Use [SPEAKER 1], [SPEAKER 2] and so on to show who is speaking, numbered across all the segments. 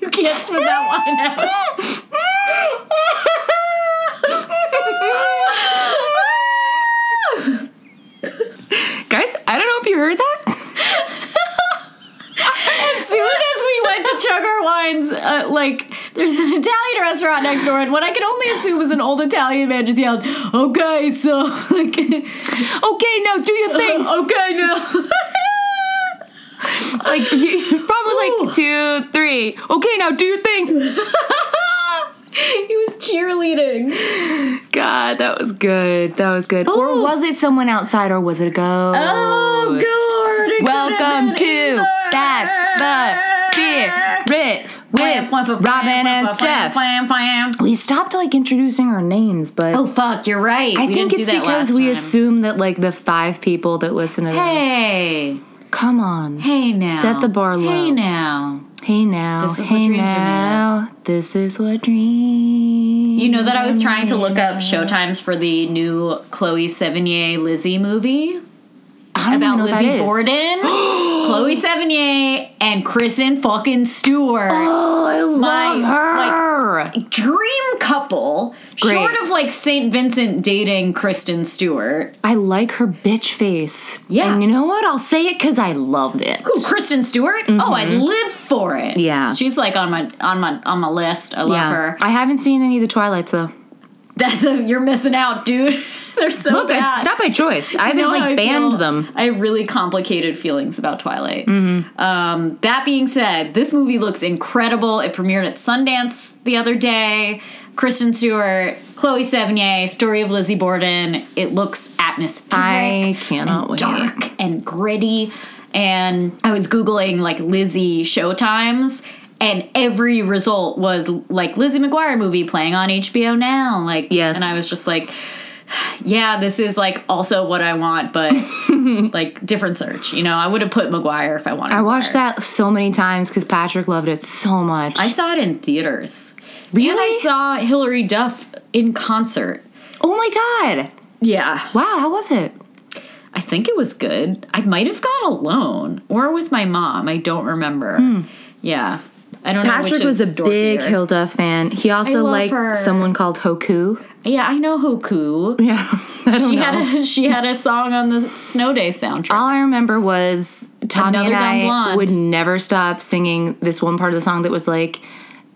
[SPEAKER 1] you can't spit that line out.
[SPEAKER 2] Guys, I don't know if you heard that.
[SPEAKER 1] as soon as we went to chug our wines, uh, like there's an Italian restaurant next door, and what I can only assume is an old Italian man just yelled, "Okay, so like,
[SPEAKER 2] Okay, now do your thing.
[SPEAKER 1] okay now."
[SPEAKER 2] Like he probably was like two, three. Okay, now do your thing.
[SPEAKER 1] he was cheerleading. Oh.
[SPEAKER 2] God, that was good. That was good. Or
[SPEAKER 1] Ooh.
[SPEAKER 2] was it someone outside, or was it a ghost?
[SPEAKER 1] Oh, God!
[SPEAKER 2] Welcome to That's the Spirit with Robin and Steph. We stopped like introducing our names, but
[SPEAKER 1] Oh fuck! You're right.
[SPEAKER 2] I
[SPEAKER 1] We
[SPEAKER 2] think
[SPEAKER 1] didn't
[SPEAKER 2] it's
[SPEAKER 1] do that
[SPEAKER 2] because
[SPEAKER 1] last
[SPEAKER 2] we
[SPEAKER 1] time.
[SPEAKER 2] assume that like the five people that listen to
[SPEAKER 1] Hey,
[SPEAKER 2] this. Come on.
[SPEAKER 1] hey now.
[SPEAKER 2] Set the bar low.
[SPEAKER 1] Hey now.
[SPEAKER 2] Hey now.
[SPEAKER 1] This is
[SPEAKER 2] hey
[SPEAKER 1] what dreams are made of.
[SPEAKER 2] now. This is what dreams.
[SPEAKER 1] You know that I was trying to look up showtimes for the new Chloe Sevigny Lizzie movie
[SPEAKER 2] I don't
[SPEAKER 1] about
[SPEAKER 2] even know what that
[SPEAKER 1] Lizzie
[SPEAKER 2] is. Oh,
[SPEAKER 1] Borden, Chloe Sevigny, and Kristen fucking Stewart.
[SPEAKER 2] Oh, I love
[SPEAKER 1] My-
[SPEAKER 2] her.
[SPEAKER 1] Dream couple,
[SPEAKER 2] Great.
[SPEAKER 1] short of like St. Vincent dating Kristen Stewart.
[SPEAKER 2] I like her bitch face.
[SPEAKER 1] Yeah.
[SPEAKER 2] And you know what? I'll say it because I loved it.
[SPEAKER 1] Ooh, Kristen Stewart? Oh, I live for it.
[SPEAKER 2] Mm-hmm. Yeah.
[SPEAKER 1] She's like on my on my on my list. I love
[SPEAKER 2] yeah.
[SPEAKER 1] her.
[SPEAKER 2] I haven't seen any of the Twilights though.
[SPEAKER 1] That's a you're missing out, dude. They're so
[SPEAKER 2] Look,
[SPEAKER 1] bad.
[SPEAKER 2] it's not by choice. I haven't
[SPEAKER 1] know
[SPEAKER 2] like
[SPEAKER 1] how Oh, I
[SPEAKER 2] banned
[SPEAKER 1] feel.
[SPEAKER 2] them. Mm-hmm.
[SPEAKER 1] I have really complicated feelings about Twilight. Um, that being said, this movie looks incredible. It premiered at Sundance the other day. Kristen Stewart, Chloe Sevigny, story of Lizzie Borden. It looks atmospheric,
[SPEAKER 2] I cannot wait.
[SPEAKER 1] dark, and gritty. And I was googling like Lizzie showtimes. And every result was like Lizzie McGuire movie playing on HBO now. Like,
[SPEAKER 2] Yes.
[SPEAKER 1] And I was just like, yeah, this is like also what I want, but like different search. You know, I would have put McGuire if I wanted.
[SPEAKER 2] I watched
[SPEAKER 1] Maguire.
[SPEAKER 2] that so many times because Patrick loved it so much.
[SPEAKER 1] I saw it in theaters. And I saw Hilary Duff in concert.
[SPEAKER 2] oh my god!
[SPEAKER 1] Yeah,
[SPEAKER 2] Wow, how was it?
[SPEAKER 1] I think it was good. I might have gone alone or with my mom. I don't remember. Yeah, I don't know.
[SPEAKER 2] Hmm. Patrick
[SPEAKER 1] which
[SPEAKER 2] was a
[SPEAKER 1] is
[SPEAKER 2] big
[SPEAKER 1] dorkier.
[SPEAKER 2] Hilda fan. He also
[SPEAKER 1] love
[SPEAKER 2] liked
[SPEAKER 1] her.
[SPEAKER 2] someone called Hoku.
[SPEAKER 1] Yeah, I know Hoku.
[SPEAKER 2] Yeah, I don't
[SPEAKER 1] She
[SPEAKER 2] know.
[SPEAKER 1] had a she had a song on the Snow Day soundtrack.
[SPEAKER 2] All I remember was Tommy
[SPEAKER 1] Another
[SPEAKER 2] and
[SPEAKER 1] Dumb
[SPEAKER 2] I
[SPEAKER 1] Blonde.
[SPEAKER 2] would never stop singing this one part of the song that was like,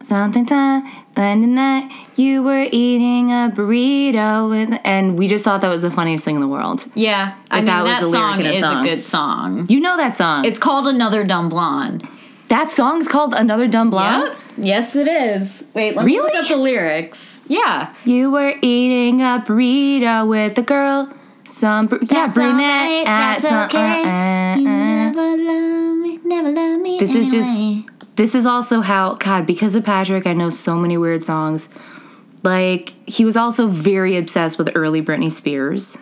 [SPEAKER 2] Something time when we met, you were eating a burrito with, and we just thought that was the funniest thing in the world.
[SPEAKER 1] yeah, I mean
[SPEAKER 2] that was
[SPEAKER 1] that
[SPEAKER 2] a lyric
[SPEAKER 1] song
[SPEAKER 2] in a
[SPEAKER 1] is
[SPEAKER 2] song.
[SPEAKER 1] a good song.
[SPEAKER 2] You know that song.
[SPEAKER 1] It's called Another Dumb Blonde.
[SPEAKER 2] that song's called Another Dumb Blonde.
[SPEAKER 1] Yep. Yes, it is. Wait, let
[SPEAKER 2] Really?
[SPEAKER 1] me look up the lyrics. Yeah.
[SPEAKER 2] You were eating a burrito with a girl, some br- yeah
[SPEAKER 1] That's
[SPEAKER 2] brunette
[SPEAKER 1] alright,
[SPEAKER 2] at
[SPEAKER 1] that's
[SPEAKER 2] some-
[SPEAKER 1] okay.
[SPEAKER 2] uh, uh, uh.
[SPEAKER 1] Never love me, never love me.
[SPEAKER 2] This is just- this is also how god because of patrick i know so many weird songs like he was also very obsessed with early britney spears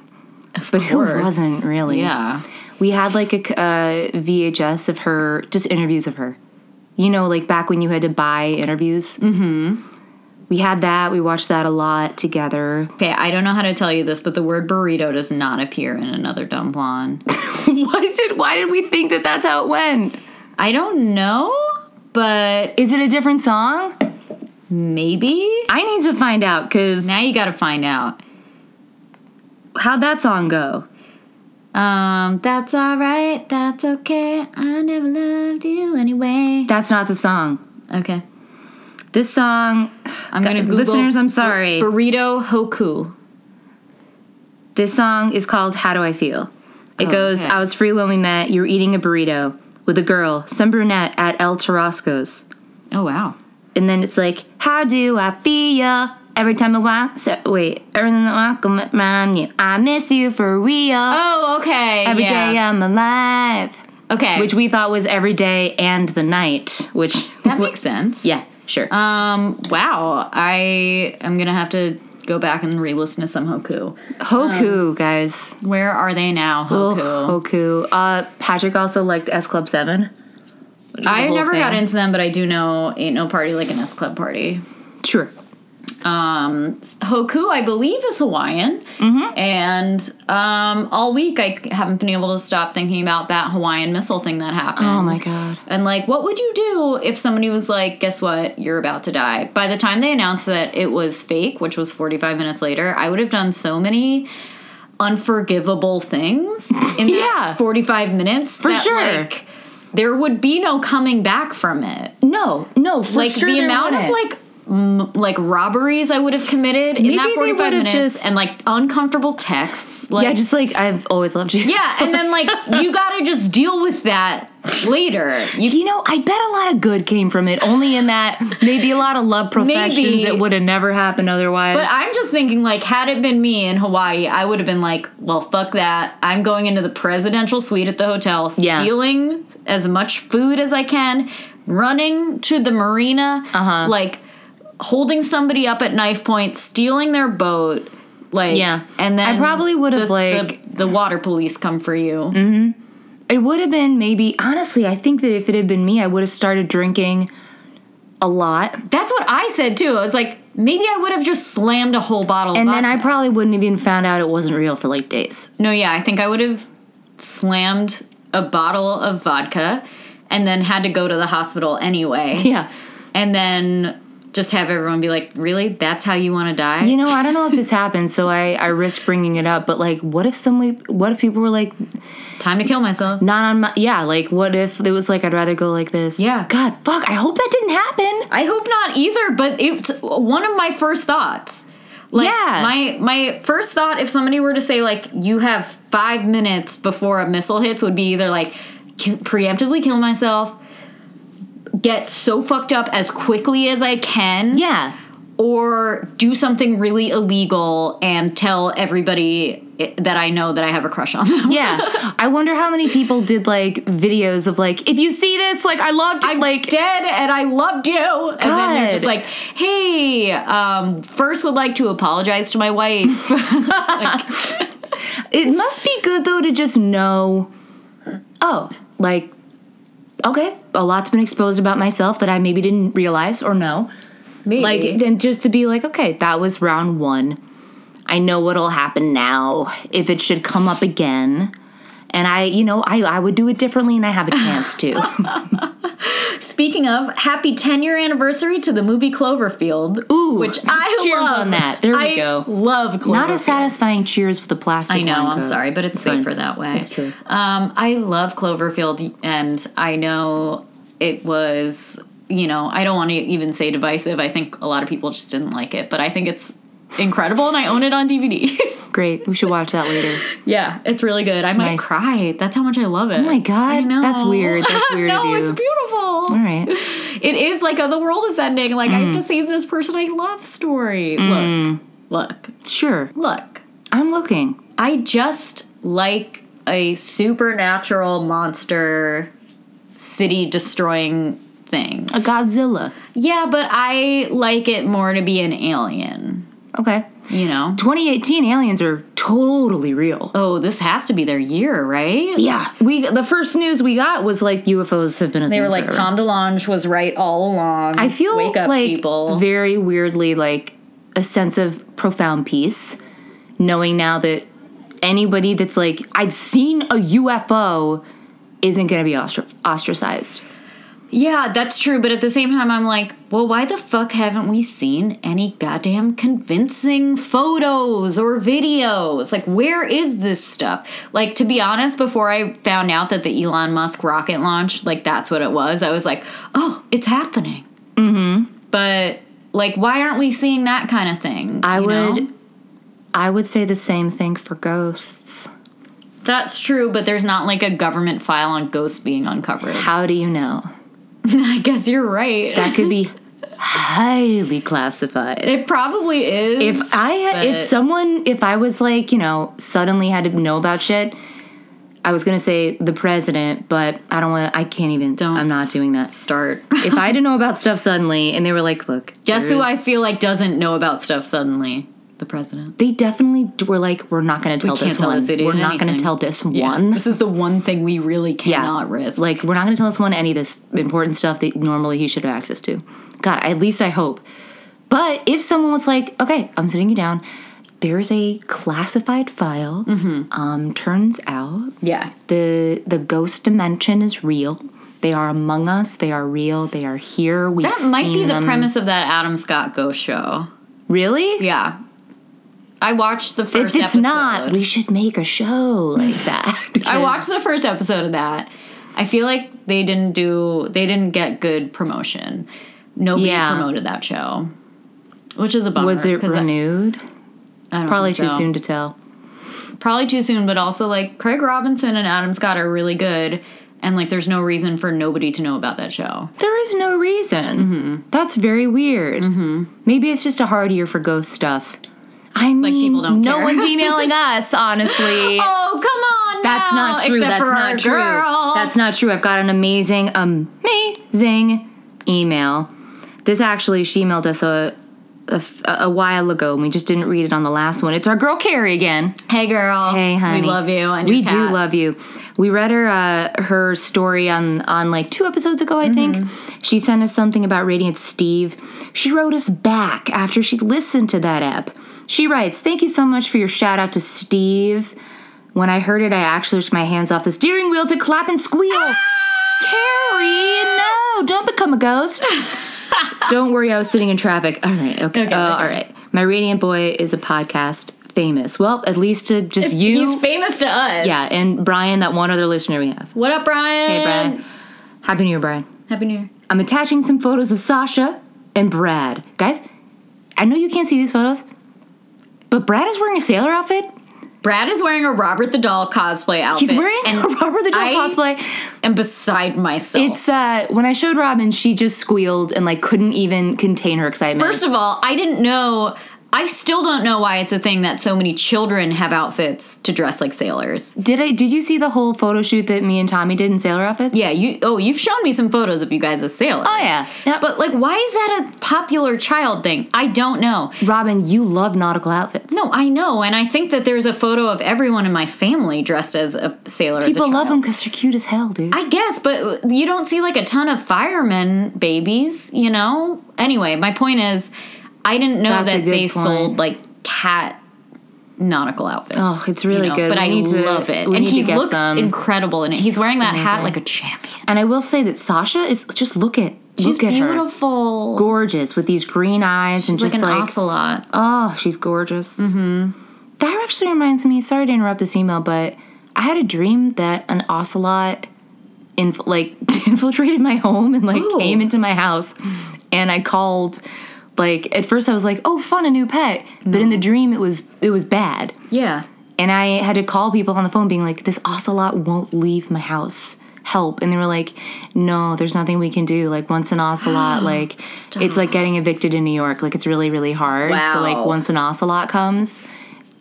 [SPEAKER 2] but who
[SPEAKER 1] course.
[SPEAKER 2] wasn't really
[SPEAKER 1] Yeah.
[SPEAKER 2] we had like a c- uh, vhs of her just interviews of her you know like back when you had to buy interviews mm-hmm we had that we watched that a lot together
[SPEAKER 1] Okay, I don't know how to tell you this, but the word burrito does not appear in another dumb blonde.
[SPEAKER 2] why did why did we think that that's how it went
[SPEAKER 1] I don't know, but
[SPEAKER 2] is it a different song
[SPEAKER 1] maybe.
[SPEAKER 2] i need to find out because
[SPEAKER 1] Now you gotta find out.
[SPEAKER 2] how'd that song go
[SPEAKER 1] Um, that's alright, that's okay. I never loved you anyway.
[SPEAKER 2] that's not the song
[SPEAKER 1] Okay.
[SPEAKER 2] This song,
[SPEAKER 1] I'm gonna Google
[SPEAKER 2] listeners, I'm sorry.
[SPEAKER 1] burrito hoku.
[SPEAKER 2] this song is called How Do I Feel? It goes,
[SPEAKER 1] Oh, okay.
[SPEAKER 2] I was free when we met. You were eating a burrito with a girl, some brunette at El Tarasco's.
[SPEAKER 1] Oh wow.
[SPEAKER 2] And then it's like, How do I feel? Every time I walk, so, wait, every time I walk I'm around you, I miss you for real.
[SPEAKER 1] Oh, okay.
[SPEAKER 2] Every
[SPEAKER 1] Every
[SPEAKER 2] day I'm alive.
[SPEAKER 1] Okay.
[SPEAKER 2] Which we thought was every day and the night, which,
[SPEAKER 1] that makes sense.
[SPEAKER 2] yeah, sure.
[SPEAKER 1] Um. Wow. I am gonna have to go back and re-listen to some Hoku.
[SPEAKER 2] Hoku, guys.
[SPEAKER 1] Where are they now,
[SPEAKER 2] Ugh,
[SPEAKER 1] um, Hoku?
[SPEAKER 2] Hoku. Uh, Patrick also liked S Club 7.
[SPEAKER 1] I
[SPEAKER 2] whole
[SPEAKER 1] never got
[SPEAKER 2] thing.
[SPEAKER 1] into them, but I do know ain't no party like an S Club party.
[SPEAKER 2] Sure.
[SPEAKER 1] Um, Hoku, I believe, is Hawaiian.
[SPEAKER 2] Mm-hmm.
[SPEAKER 1] And um, all week, I haven't been able to stop thinking about that Hawaiian missile thing that happened.
[SPEAKER 2] Oh my God.
[SPEAKER 1] And like, what would you do if somebody was like, guess what, you're about to die? By the time they announced that it was fake, which was 45 minutes later, I would have done so many unforgivable things in that
[SPEAKER 2] Yeah.
[SPEAKER 1] 45 minutes. For
[SPEAKER 2] sure.
[SPEAKER 1] Like, there would be no coming back from it.
[SPEAKER 2] No, no, for
[SPEAKER 1] Like
[SPEAKER 2] sure
[SPEAKER 1] the
[SPEAKER 2] there
[SPEAKER 1] amount of
[SPEAKER 2] wouldn't.
[SPEAKER 1] like m- like robberies I would have committed in
[SPEAKER 2] Maybe
[SPEAKER 1] that
[SPEAKER 2] they
[SPEAKER 1] 45
[SPEAKER 2] would have
[SPEAKER 1] minutes
[SPEAKER 2] just-
[SPEAKER 1] and like uncomfortable texts like
[SPEAKER 2] yeah, just like I've always loved you.
[SPEAKER 1] yeah, and then like you got to just deal with that later. You
[SPEAKER 2] You know, I bet a lot of good came from it. Only in that maybe a lot of love professions
[SPEAKER 1] Maybe.
[SPEAKER 2] it would have never happened otherwise.
[SPEAKER 1] But I'm just thinking, like, had it been me in Hawaii, I would have been like, well, fuck that. I'm going into the presidential suite at the hotel,
[SPEAKER 2] Yeah.
[SPEAKER 1] stealing as much food as I can, running to the marina,
[SPEAKER 2] Uh-huh.
[SPEAKER 1] like holding somebody up at knife point, stealing their boat. Like,
[SPEAKER 2] Yeah.
[SPEAKER 1] and then
[SPEAKER 2] I probably would have,
[SPEAKER 1] the-
[SPEAKER 2] like- Mm.
[SPEAKER 1] the, the water police come for you.
[SPEAKER 2] it would have been maybe honestly, I think that if it had been me, I would have started drinking a lot.
[SPEAKER 1] That's what I said too. I was like, maybe I would have just slammed a whole bottle.
[SPEAKER 2] And
[SPEAKER 1] of
[SPEAKER 2] then
[SPEAKER 1] vodka.
[SPEAKER 2] I probably wouldn't have even found out it wasn't real for like days.
[SPEAKER 1] No, yeah, I think I would have slammed a bottle of vodka and then had to go to the hospital anyway.
[SPEAKER 2] Yeah.
[SPEAKER 1] And then just have everyone be like, really? That's how you want to die?
[SPEAKER 2] You know, I don't know if this happens, so I, I risk bringing it up. But like, what if somebody, what if people were like,
[SPEAKER 1] Time to kill myself.
[SPEAKER 2] not on my, yeah, like, what if it was like, I'd rather go like this?
[SPEAKER 1] Yeah.
[SPEAKER 2] God, fuck, I hope that didn't happen.
[SPEAKER 1] I hope not either, but it's one of my first thoughts. Like
[SPEAKER 2] Yeah.
[SPEAKER 1] my my first thought if somebody were to say like you have 5 minutes before a missile hits would be either like ki- preemptively kill myself, get so fucked up as quickly as I can.
[SPEAKER 2] Yeah.
[SPEAKER 1] or do something really illegal and tell everybody i- that I know that I have a crush on them.
[SPEAKER 2] Yeah. I wonder how many people did like videos of like, if you see this, like, I loved
[SPEAKER 1] I'm
[SPEAKER 2] it. Like,
[SPEAKER 1] dead and I loved you. And then they're just
[SPEAKER 2] God.
[SPEAKER 1] like, hey, um, first would like to apologize to my wife.
[SPEAKER 2] it must be good though to just know, oh, like, okay, a lot's been exposed about myself that I maybe didn't realize or know. like
[SPEAKER 1] Maybe.
[SPEAKER 2] and just to be like okay that was round one i know what'll happen now if it should come up again and i you know i, I would do it differently and i have a chance to
[SPEAKER 1] speaking of, happy 10 year anniversary to the movie Cloverfield.
[SPEAKER 2] Ooh,
[SPEAKER 1] which I
[SPEAKER 2] cheers
[SPEAKER 1] love.
[SPEAKER 2] on that. There we
[SPEAKER 1] I
[SPEAKER 2] go.
[SPEAKER 1] Love Cloverfield.
[SPEAKER 2] not as satisfying cheers with the plastic
[SPEAKER 1] I know.
[SPEAKER 2] wine
[SPEAKER 1] I'm
[SPEAKER 2] coat.
[SPEAKER 1] sorry, but it's
[SPEAKER 2] fine.
[SPEAKER 1] safer that way.
[SPEAKER 2] That's true.
[SPEAKER 1] Um, I love Cloverfield, and I know it was. You know, I don't want to even say divisive. I think a lot of people just didn't like it, but I think it's incredible, and I own it on DVD.
[SPEAKER 2] great we should watch that later
[SPEAKER 1] yeah, it's really good. I might
[SPEAKER 2] Nice.
[SPEAKER 1] cry. That's how much I love it. Oh
[SPEAKER 2] my God. That's weird. That's weird of
[SPEAKER 1] no,
[SPEAKER 2] you.
[SPEAKER 1] it's beautiful.
[SPEAKER 2] all right
[SPEAKER 1] It is like oh, the world is ending. Like I have to save this person I love. Story. Mm. Look, look,
[SPEAKER 2] sure
[SPEAKER 1] look.
[SPEAKER 2] i'm looking
[SPEAKER 1] I just like a supernatural monster city destroying thing.
[SPEAKER 2] a godzilla
[SPEAKER 1] Yeah, but I like it more to be an alien,
[SPEAKER 2] okay
[SPEAKER 1] you know?
[SPEAKER 2] 2018 aliens are totally real
[SPEAKER 1] Oh, this has to be their year, right?
[SPEAKER 2] yeah we the first news we got was like ufos have been a
[SPEAKER 1] They were like, Tom DeLonge was right all along.
[SPEAKER 2] I feel
[SPEAKER 1] Wake up,
[SPEAKER 2] like
[SPEAKER 1] people.
[SPEAKER 2] very weirdly like a sense of profound peace, knowing now that anybody that's like I've seen a UFO isn't going to be ostr- ostracized.
[SPEAKER 1] yeah, that's true. But at the same time, I'm like, well, why the fuck haven't we seen any goddamn convincing photos or videos? Like, where is this stuff? Like, to be honest, before I found out that the Elon Musk rocket launch, like, that's what it was, I was like, oh, it's happening. Mm-hmm. But, like, why aren't we seeing that kind of thing?
[SPEAKER 2] I
[SPEAKER 1] you know?
[SPEAKER 2] would I would say the same thing for ghosts.
[SPEAKER 1] That's true, but there's not, like, a government file on ghosts being uncovered.
[SPEAKER 2] How do you know?
[SPEAKER 1] I guess you're right.
[SPEAKER 2] That could be highly classified.
[SPEAKER 1] it probably is.
[SPEAKER 2] If I had, if
[SPEAKER 1] but-
[SPEAKER 2] someone, if I was like, you know, suddenly had to know about shit, I was gonna say the president, but I don't want. I can't even.
[SPEAKER 1] Don't
[SPEAKER 2] I'm not doing that.
[SPEAKER 1] start.
[SPEAKER 2] if I had to know about stuff suddenly, and they were like, "Look,
[SPEAKER 1] Guess who I
[SPEAKER 2] there's-
[SPEAKER 1] feel like doesn't know about stuff suddenly? The president.
[SPEAKER 2] They definitely d- were like, "We're not gonna tell
[SPEAKER 1] can't
[SPEAKER 2] this
[SPEAKER 1] tell
[SPEAKER 2] one.
[SPEAKER 1] this idiot
[SPEAKER 2] we're not gonna
[SPEAKER 1] anything."
[SPEAKER 2] tell this one.
[SPEAKER 1] This is the one thing we really cannot risk.
[SPEAKER 2] Like, we're not gonna tell this one any of this important stuff that normally he should have access to. God, at least I hope. But if someone was like, okay, I'm sitting you down, there's a classified file.
[SPEAKER 1] Mm-hmm.
[SPEAKER 2] Um, turns out
[SPEAKER 1] Yeah.
[SPEAKER 2] the the ghost dimension is real. They are among us. They are real. They are here. We
[SPEAKER 1] That might be the
[SPEAKER 2] them.
[SPEAKER 1] premise of that Adam Scott Ghost show.
[SPEAKER 2] Really?
[SPEAKER 1] Yeah. I watched the
[SPEAKER 2] If
[SPEAKER 1] first
[SPEAKER 2] it's
[SPEAKER 1] episode.
[SPEAKER 2] not, we should make a show like that.
[SPEAKER 1] I
[SPEAKER 2] because-
[SPEAKER 1] watched the first episode of that. I feel like they didn't do they didn't get good promotion. Nobody
[SPEAKER 2] Yeah.
[SPEAKER 1] promoted that show. Which is a bummer.
[SPEAKER 2] Was it
[SPEAKER 1] 'cause I-
[SPEAKER 2] renewed?
[SPEAKER 1] I don't
[SPEAKER 2] Probably
[SPEAKER 1] think
[SPEAKER 2] too
[SPEAKER 1] so.
[SPEAKER 2] soon to tell.
[SPEAKER 1] Probably too soon, but also like Craig Robinson and Adam Scott are really good and like there's no reason for nobody to know about that show.
[SPEAKER 2] There is no reason. That's very weird. Maybe it's just a hard year for ghost stuff. Mm-hmm. I mean,
[SPEAKER 1] people don't
[SPEAKER 2] no
[SPEAKER 1] care.
[SPEAKER 2] one's emailing us, honestly.
[SPEAKER 1] Oh, come on.
[SPEAKER 2] That's
[SPEAKER 1] now,
[SPEAKER 2] not true.
[SPEAKER 1] except
[SPEAKER 2] That's
[SPEAKER 1] for our
[SPEAKER 2] not true.
[SPEAKER 1] Girl.
[SPEAKER 2] That's not true. I've got an amazing, amazing email. This actually, she emailed us a, a f- a while ago, and we just didn't read it on the last one. It's our girl Carrie again.
[SPEAKER 1] Hey girl.
[SPEAKER 2] Hey, honey,
[SPEAKER 1] We love you and
[SPEAKER 2] we
[SPEAKER 1] your
[SPEAKER 2] do
[SPEAKER 1] cats.
[SPEAKER 2] love you. We read her uh, her story on on like two episodes ago, I
[SPEAKER 1] Mm-hmm.
[SPEAKER 2] think. She sent us something about Radiant Steve. She wrote us back after she listened to that ep. She writes, "Thank you so much for your shout out to Steve. When I heard it, I actually took my hands off the steering wheel to clap and squeal."
[SPEAKER 1] Ah!
[SPEAKER 2] Carrie, no, don't become a ghost. Don't worry, I was sitting in traffic. All right, okay.
[SPEAKER 1] Okay,
[SPEAKER 2] uh,
[SPEAKER 1] okay.
[SPEAKER 2] All right. My Radiant Boy is a podcast famous. Well, at least to just you.
[SPEAKER 1] He's famous to us.
[SPEAKER 2] yeah, and Brian, that one other listener we have.
[SPEAKER 1] What up, Brian?
[SPEAKER 2] Hey, Brian. Happy New Year, Brian.
[SPEAKER 1] Happy New Year.
[SPEAKER 2] I'm attaching some photos of Sasha and Brad. Guys, I know you can't see these photos, but Brad is wearing a sailor outfit.
[SPEAKER 1] Brad is wearing a Robert the Doll cosplay outfit.
[SPEAKER 2] He's wearing
[SPEAKER 1] and
[SPEAKER 2] a Robert the Doll
[SPEAKER 1] I-
[SPEAKER 2] cosplay.
[SPEAKER 1] am beside myself.
[SPEAKER 2] It's uh when I showed Robin, she just squealed and like couldn't even contain her excitement.
[SPEAKER 1] First of all, I didn't know. I still don't know why it's a thing that so many children have outfits to dress like sailors.
[SPEAKER 2] Did I? Did you see the whole photo shoot that me and Tommy did in sailor outfits?
[SPEAKER 1] Yeah, you. Oh, you've shown me some photos of you guys as sailors.
[SPEAKER 2] Oh yeah. Yeah.
[SPEAKER 1] But
[SPEAKER 2] But
[SPEAKER 1] like, why is that a popular child thing? I don't know.
[SPEAKER 2] Robin, you love nautical outfits.
[SPEAKER 1] No, I know, and I think that there's a photo of everyone in my family dressed as a sailor. as a
[SPEAKER 2] People love
[SPEAKER 1] child.
[SPEAKER 2] them because they're cute as hell, dude.
[SPEAKER 1] I guess, but you don't see like a ton of firemen babies, you know? Anyway, my point is I didn't know
[SPEAKER 2] That's a
[SPEAKER 1] that
[SPEAKER 2] good
[SPEAKER 1] they
[SPEAKER 2] point.
[SPEAKER 1] sold like cat nautical outfits.
[SPEAKER 2] Oh, it's really good.
[SPEAKER 1] But
[SPEAKER 2] We
[SPEAKER 1] I
[SPEAKER 2] need to-
[SPEAKER 1] love it.
[SPEAKER 2] we
[SPEAKER 1] and
[SPEAKER 2] need
[SPEAKER 1] he
[SPEAKER 2] to get
[SPEAKER 1] looks
[SPEAKER 2] some.
[SPEAKER 1] incredible in it. He's wearing that hat
[SPEAKER 2] amazing.
[SPEAKER 1] like a champion.
[SPEAKER 2] and I will say that Sasha is just look at
[SPEAKER 1] She's
[SPEAKER 2] look at her,
[SPEAKER 1] beautiful.
[SPEAKER 2] gorgeous with these green eyes and
[SPEAKER 1] She's like
[SPEAKER 2] just
[SPEAKER 1] an
[SPEAKER 2] like
[SPEAKER 1] ocelot.
[SPEAKER 2] oh, she's gorgeous. Mm-hmm. That actually reminds me. Sorry to interrupt this email, but I had a dream that an ocelot. Inf- like infiltrated my home and like
[SPEAKER 1] Ooh.
[SPEAKER 2] came into my house and I called like at first I was like oh fun a new pet but in the dream it was it was bad
[SPEAKER 1] Yeah.
[SPEAKER 2] And I had to call people on the phone being like, this ocelot won't leave my house. Help. And they were like, no, there's nothing we can do. Like, once an ocelot, like, it's like getting evicted in New York. Like, it's really, really hard. So, like,
[SPEAKER 1] Wow.
[SPEAKER 2] once an ocelot comes,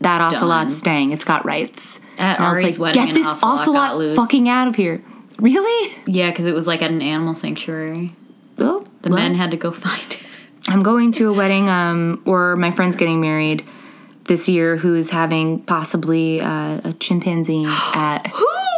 [SPEAKER 2] that
[SPEAKER 1] It's
[SPEAKER 2] ocelot's
[SPEAKER 1] done.
[SPEAKER 2] staying. It's got rights.
[SPEAKER 1] At
[SPEAKER 2] and
[SPEAKER 1] Ari's wedding,
[SPEAKER 2] get
[SPEAKER 1] an
[SPEAKER 2] this
[SPEAKER 1] ocelot
[SPEAKER 2] ocelot,
[SPEAKER 1] got loose."
[SPEAKER 2] fucking out of here. Really?
[SPEAKER 1] Yeah, because it was like at an animal sanctuary.
[SPEAKER 2] Oh,
[SPEAKER 1] The men had to go find it.
[SPEAKER 2] I'm going to a wedding, um, or my friend's getting married this year who's having possibly uh, a chimpanzee at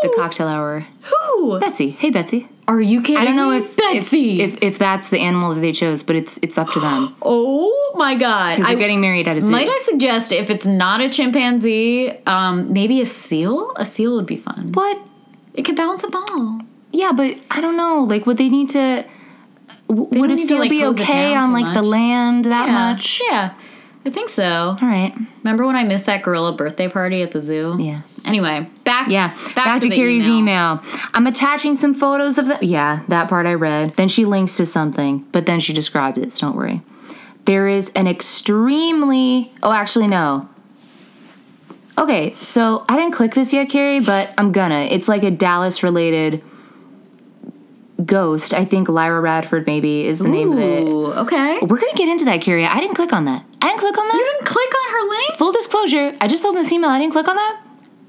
[SPEAKER 2] the cocktail hour.
[SPEAKER 1] Who?
[SPEAKER 2] Betsy. Hey, Betsy.
[SPEAKER 1] Are you kidding?
[SPEAKER 2] I don't know
[SPEAKER 1] me?
[SPEAKER 2] if
[SPEAKER 1] Betsy.
[SPEAKER 2] if, if, if that's the animal that they chose, but it's it's up to them.
[SPEAKER 1] oh my god!
[SPEAKER 2] Because
[SPEAKER 1] I-
[SPEAKER 2] they're getting married at a zoo.
[SPEAKER 1] Might I suggest if it's not a chimpanzee, um, maybe a seal? A seal would be fun.
[SPEAKER 2] What?
[SPEAKER 1] It could bounce a ball.
[SPEAKER 2] Yeah, but I don't know. Like, would they need to? w- would a
[SPEAKER 1] need to,
[SPEAKER 2] seal
[SPEAKER 1] like,
[SPEAKER 2] be
[SPEAKER 1] hose it
[SPEAKER 2] okay
[SPEAKER 1] down
[SPEAKER 2] on
[SPEAKER 1] too
[SPEAKER 2] like the
[SPEAKER 1] much.
[SPEAKER 2] land that
[SPEAKER 1] Yeah.
[SPEAKER 2] much?
[SPEAKER 1] Yeah. I think so.
[SPEAKER 2] All right.
[SPEAKER 1] Remember when I missed that gorilla birthday party at the zoo?
[SPEAKER 2] Yeah.
[SPEAKER 1] Anyway, back
[SPEAKER 2] Yeah.
[SPEAKER 1] back,
[SPEAKER 2] Back,
[SPEAKER 1] to,
[SPEAKER 2] to,
[SPEAKER 1] the
[SPEAKER 2] Carrie's email. I'm attaching some photos of the. Yeah, that part I read. Then she links to something, but then she describes it. So don't worry. There is an extremely. Oh, actually, no. Okay, so I didn't click this yet, Carrie, but I'm gonna. It's like a Dallas related ghost. I think Lyra Radford maybe is the name of it.
[SPEAKER 1] Ooh, okay. You
[SPEAKER 2] We're gonna get into that, Carrie. I didn't click on that. I didn't click on that.
[SPEAKER 1] didn't click on her link?
[SPEAKER 2] Full disclosure, I just opened this email. I didn't click on that.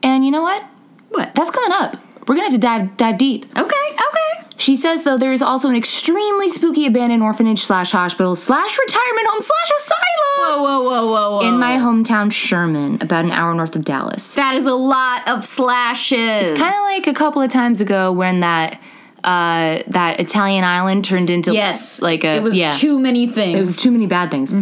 [SPEAKER 2] And you know what?
[SPEAKER 1] What?
[SPEAKER 2] That's coming up. We're gonna have to dive dive deep.
[SPEAKER 1] okay, okay.
[SPEAKER 2] She says though there is also an extremely spooky abandoned orphanage slash hospital slash retirement home slash asylum
[SPEAKER 1] Whoa, whoa, whoa, whoa, whoa.
[SPEAKER 2] in my hometown Sherman, about an hour north of Dallas.
[SPEAKER 1] That is a lot of slashes.
[SPEAKER 2] Kind of like a couple of times ago when that uh, that Italian island turned into
[SPEAKER 1] Yes,
[SPEAKER 2] like a
[SPEAKER 1] it was
[SPEAKER 2] yeah.
[SPEAKER 1] too Mm-hmm. many things.
[SPEAKER 2] It was too many bad things.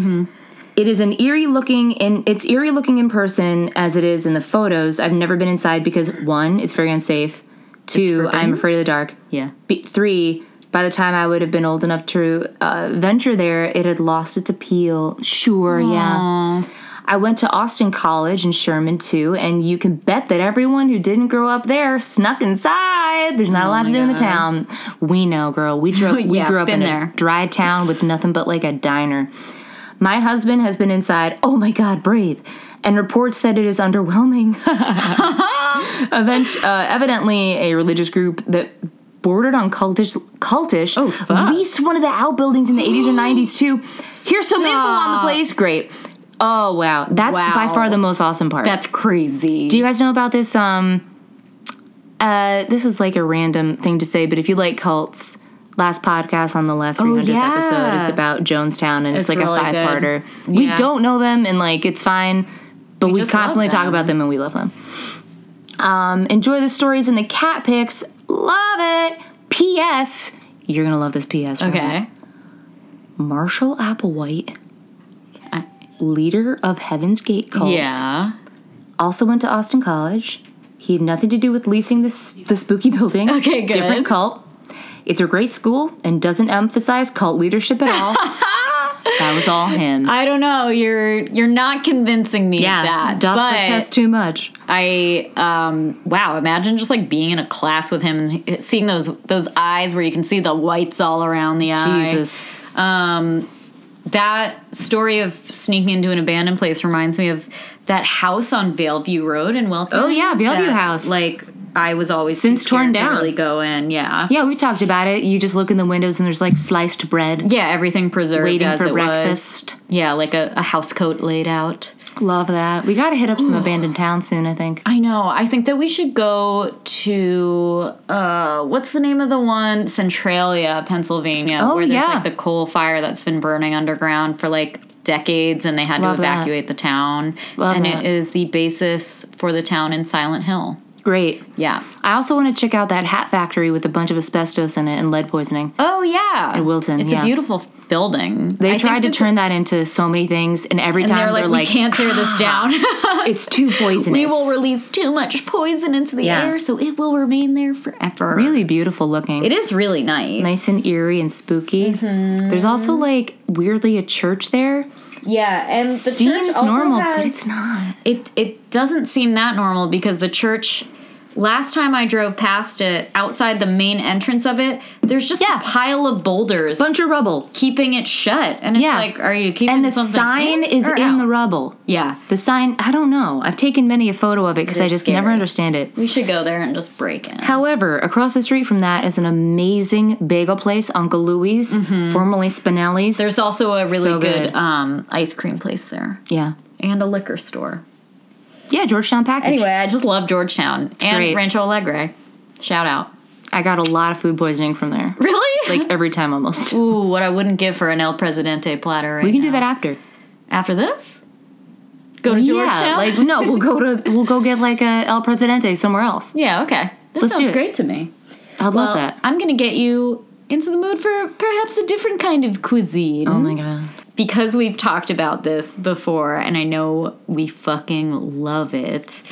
[SPEAKER 2] It is an eerie looking in. It's eerie looking in person as it is in the photos. I've never been inside because one, it's very unsafe. Two,
[SPEAKER 1] forbidden.
[SPEAKER 2] I'm afraid of the dark.
[SPEAKER 1] yeah.
[SPEAKER 2] B- three, by the time I would have been old enough to uh, venture there, it had lost its appeal. Sure, yeah. I went to Austin College and Sherman too, and you can bet that everyone who didn't grow up there snuck inside. There's not a lot to do in the town. We know, girl. We drove.
[SPEAKER 1] Oh Yeah,
[SPEAKER 2] we grew up
[SPEAKER 1] been
[SPEAKER 2] in
[SPEAKER 1] there.
[SPEAKER 2] a dry town with nothing but like a diner. My husband has been inside. Oh my God, brave, and reports that it is underwhelming. Event- uh, evidently a religious group that bordered on cultish cultish oh,
[SPEAKER 1] fuck.
[SPEAKER 2] leased one of the outbuildings in the 80s or 90s too here's some info on the
[SPEAKER 1] Stop.
[SPEAKER 2] place great oh wow that's by
[SPEAKER 1] Wow.
[SPEAKER 2] far the most awesome part
[SPEAKER 1] That's crazy.
[SPEAKER 2] do you guys know about this um uh this is like a random thing to say but if you like cults last podcast on the left 300th
[SPEAKER 1] Oh, yeah.
[SPEAKER 2] episode is about jonestown and
[SPEAKER 1] It's
[SPEAKER 2] it's, like
[SPEAKER 1] really
[SPEAKER 2] a
[SPEAKER 1] good.
[SPEAKER 2] five-parter we
[SPEAKER 1] Yeah.
[SPEAKER 2] don't know them and like it's fine but we,
[SPEAKER 1] just love
[SPEAKER 2] constantly talk
[SPEAKER 1] them.
[SPEAKER 2] about them and we love them um enjoy the stories and the cat pics love it ps you're gonna love this ps Robin.
[SPEAKER 1] okay.
[SPEAKER 2] marshall applewhite
[SPEAKER 1] I-
[SPEAKER 2] leader of heaven's gate cult
[SPEAKER 1] Yeah.
[SPEAKER 2] also went to Austin College. He had nothing to do with leasing this the spooky building.
[SPEAKER 1] Okay, good.
[SPEAKER 2] Different cult. It's a great school and doesn't emphasize cult leadership at all. that was all him.
[SPEAKER 1] I don't know. You're you're not convincing me of that.
[SPEAKER 2] don't
[SPEAKER 1] but
[SPEAKER 2] protest too much.
[SPEAKER 1] I um wow, imagine just like being in a class with him and seeing those those eyes where you can see the whites all around the eye.
[SPEAKER 2] Jesus,
[SPEAKER 1] That story of sneaking into an abandoned place reminds me of that house on Valeview Road in Welton.
[SPEAKER 2] Oh, yeah, Bellevue
[SPEAKER 1] that,
[SPEAKER 2] House.
[SPEAKER 1] Like I was always too
[SPEAKER 2] Since torn
[SPEAKER 1] scared to
[SPEAKER 2] down.
[SPEAKER 1] really go in, yeah.
[SPEAKER 2] yeah, we've talked about it. You just look in the windows and there's like sliced bread
[SPEAKER 1] Yeah, everything preserved
[SPEAKER 2] waiting
[SPEAKER 1] as
[SPEAKER 2] for
[SPEAKER 1] it was.
[SPEAKER 2] breakfast.
[SPEAKER 1] Yeah, like a, a house coat laid out.
[SPEAKER 2] Love that. We gotta hit up some abandoned towns soon. I think.
[SPEAKER 1] I know. I think that we should go to uh, what's the name of the one? Centralia, Pennsylvania,
[SPEAKER 2] Oh,
[SPEAKER 1] where there's
[SPEAKER 2] yeah.
[SPEAKER 1] like the coal fire that's been burning underground for like decades and they had
[SPEAKER 2] Love
[SPEAKER 1] to
[SPEAKER 2] that.
[SPEAKER 1] evacuate the town.
[SPEAKER 2] Love
[SPEAKER 1] and
[SPEAKER 2] that.
[SPEAKER 1] it is the basis for the town in Silent Hill.
[SPEAKER 2] Great.
[SPEAKER 1] Yeah.
[SPEAKER 2] I also want to check out that hat factory with a bunch of asbestos in it and lead poisoning.
[SPEAKER 1] Oh yeah. At
[SPEAKER 2] Wilton,
[SPEAKER 1] It's
[SPEAKER 2] yeah.
[SPEAKER 1] a beautiful f- building.
[SPEAKER 2] They tried to turn that into so many things, and every
[SPEAKER 1] and
[SPEAKER 2] time
[SPEAKER 1] they're like, we can't tear this down.
[SPEAKER 2] it's too poisonous.
[SPEAKER 1] we will release too much poison into the
[SPEAKER 2] Yeah.
[SPEAKER 1] air, so it will remain there forever.
[SPEAKER 2] really beautiful looking.
[SPEAKER 1] It is Mm-hmm. really nice.
[SPEAKER 2] nice and eerie and spooky. There's also like weirdly a church there.
[SPEAKER 1] Yeah, and the
[SPEAKER 2] Seems
[SPEAKER 1] church also
[SPEAKER 2] normal,
[SPEAKER 1] has,
[SPEAKER 2] but it's not.
[SPEAKER 1] It it doesn't seem that normal because the church. Last time I drove past it, outside the main entrance of it, there's just
[SPEAKER 2] Yeah.
[SPEAKER 1] a pile of boulders
[SPEAKER 2] Bunch of rubble.
[SPEAKER 1] keeping it shut, and it's
[SPEAKER 2] Yeah.
[SPEAKER 1] like, are you keeping
[SPEAKER 2] And the
[SPEAKER 1] something
[SPEAKER 2] sign
[SPEAKER 1] in
[SPEAKER 2] is
[SPEAKER 1] or
[SPEAKER 2] in
[SPEAKER 1] out?
[SPEAKER 2] the rubble.
[SPEAKER 1] yeah.
[SPEAKER 2] The sign, I don't know. I've taken many a photo of it because
[SPEAKER 1] It
[SPEAKER 2] I
[SPEAKER 1] is
[SPEAKER 2] just never
[SPEAKER 1] scary.
[SPEAKER 2] understand it.
[SPEAKER 1] We should go there and just break in.
[SPEAKER 2] However, across the street from that is an amazing bagel place, Uncle Louie's, formerly Spinelli's.
[SPEAKER 1] Mm-hmm. There's also a really
[SPEAKER 2] So
[SPEAKER 1] good,
[SPEAKER 2] good.
[SPEAKER 1] Um, ice cream place there,
[SPEAKER 2] yeah.
[SPEAKER 1] and a liquor store.
[SPEAKER 2] Yeah, Georgetown package.
[SPEAKER 1] Anyway, I just love Georgetown and
[SPEAKER 2] great.
[SPEAKER 1] Rancho Alegre. Shout out.
[SPEAKER 2] I got a lot of food poisoning from there.
[SPEAKER 1] Really?
[SPEAKER 2] Like every time almost.
[SPEAKER 1] ooh, what I wouldn't give for an El Presidente platter. Right
[SPEAKER 2] We can do
[SPEAKER 1] now.
[SPEAKER 2] that after.
[SPEAKER 1] after this? Go to
[SPEAKER 2] Yeah,
[SPEAKER 1] Georgetown?
[SPEAKER 2] like no, we'll go to we'll go get like a El Presidente somewhere else.
[SPEAKER 1] yeah, okay. That
[SPEAKER 2] Let's do
[SPEAKER 1] sounds
[SPEAKER 2] it.
[SPEAKER 1] great to me. Well,
[SPEAKER 2] I'd love that.
[SPEAKER 1] I'm going to get you into the mood for perhaps a different kind of cuisine.
[SPEAKER 2] Oh my god.
[SPEAKER 1] because we've talked about this before, and I know we fucking love it.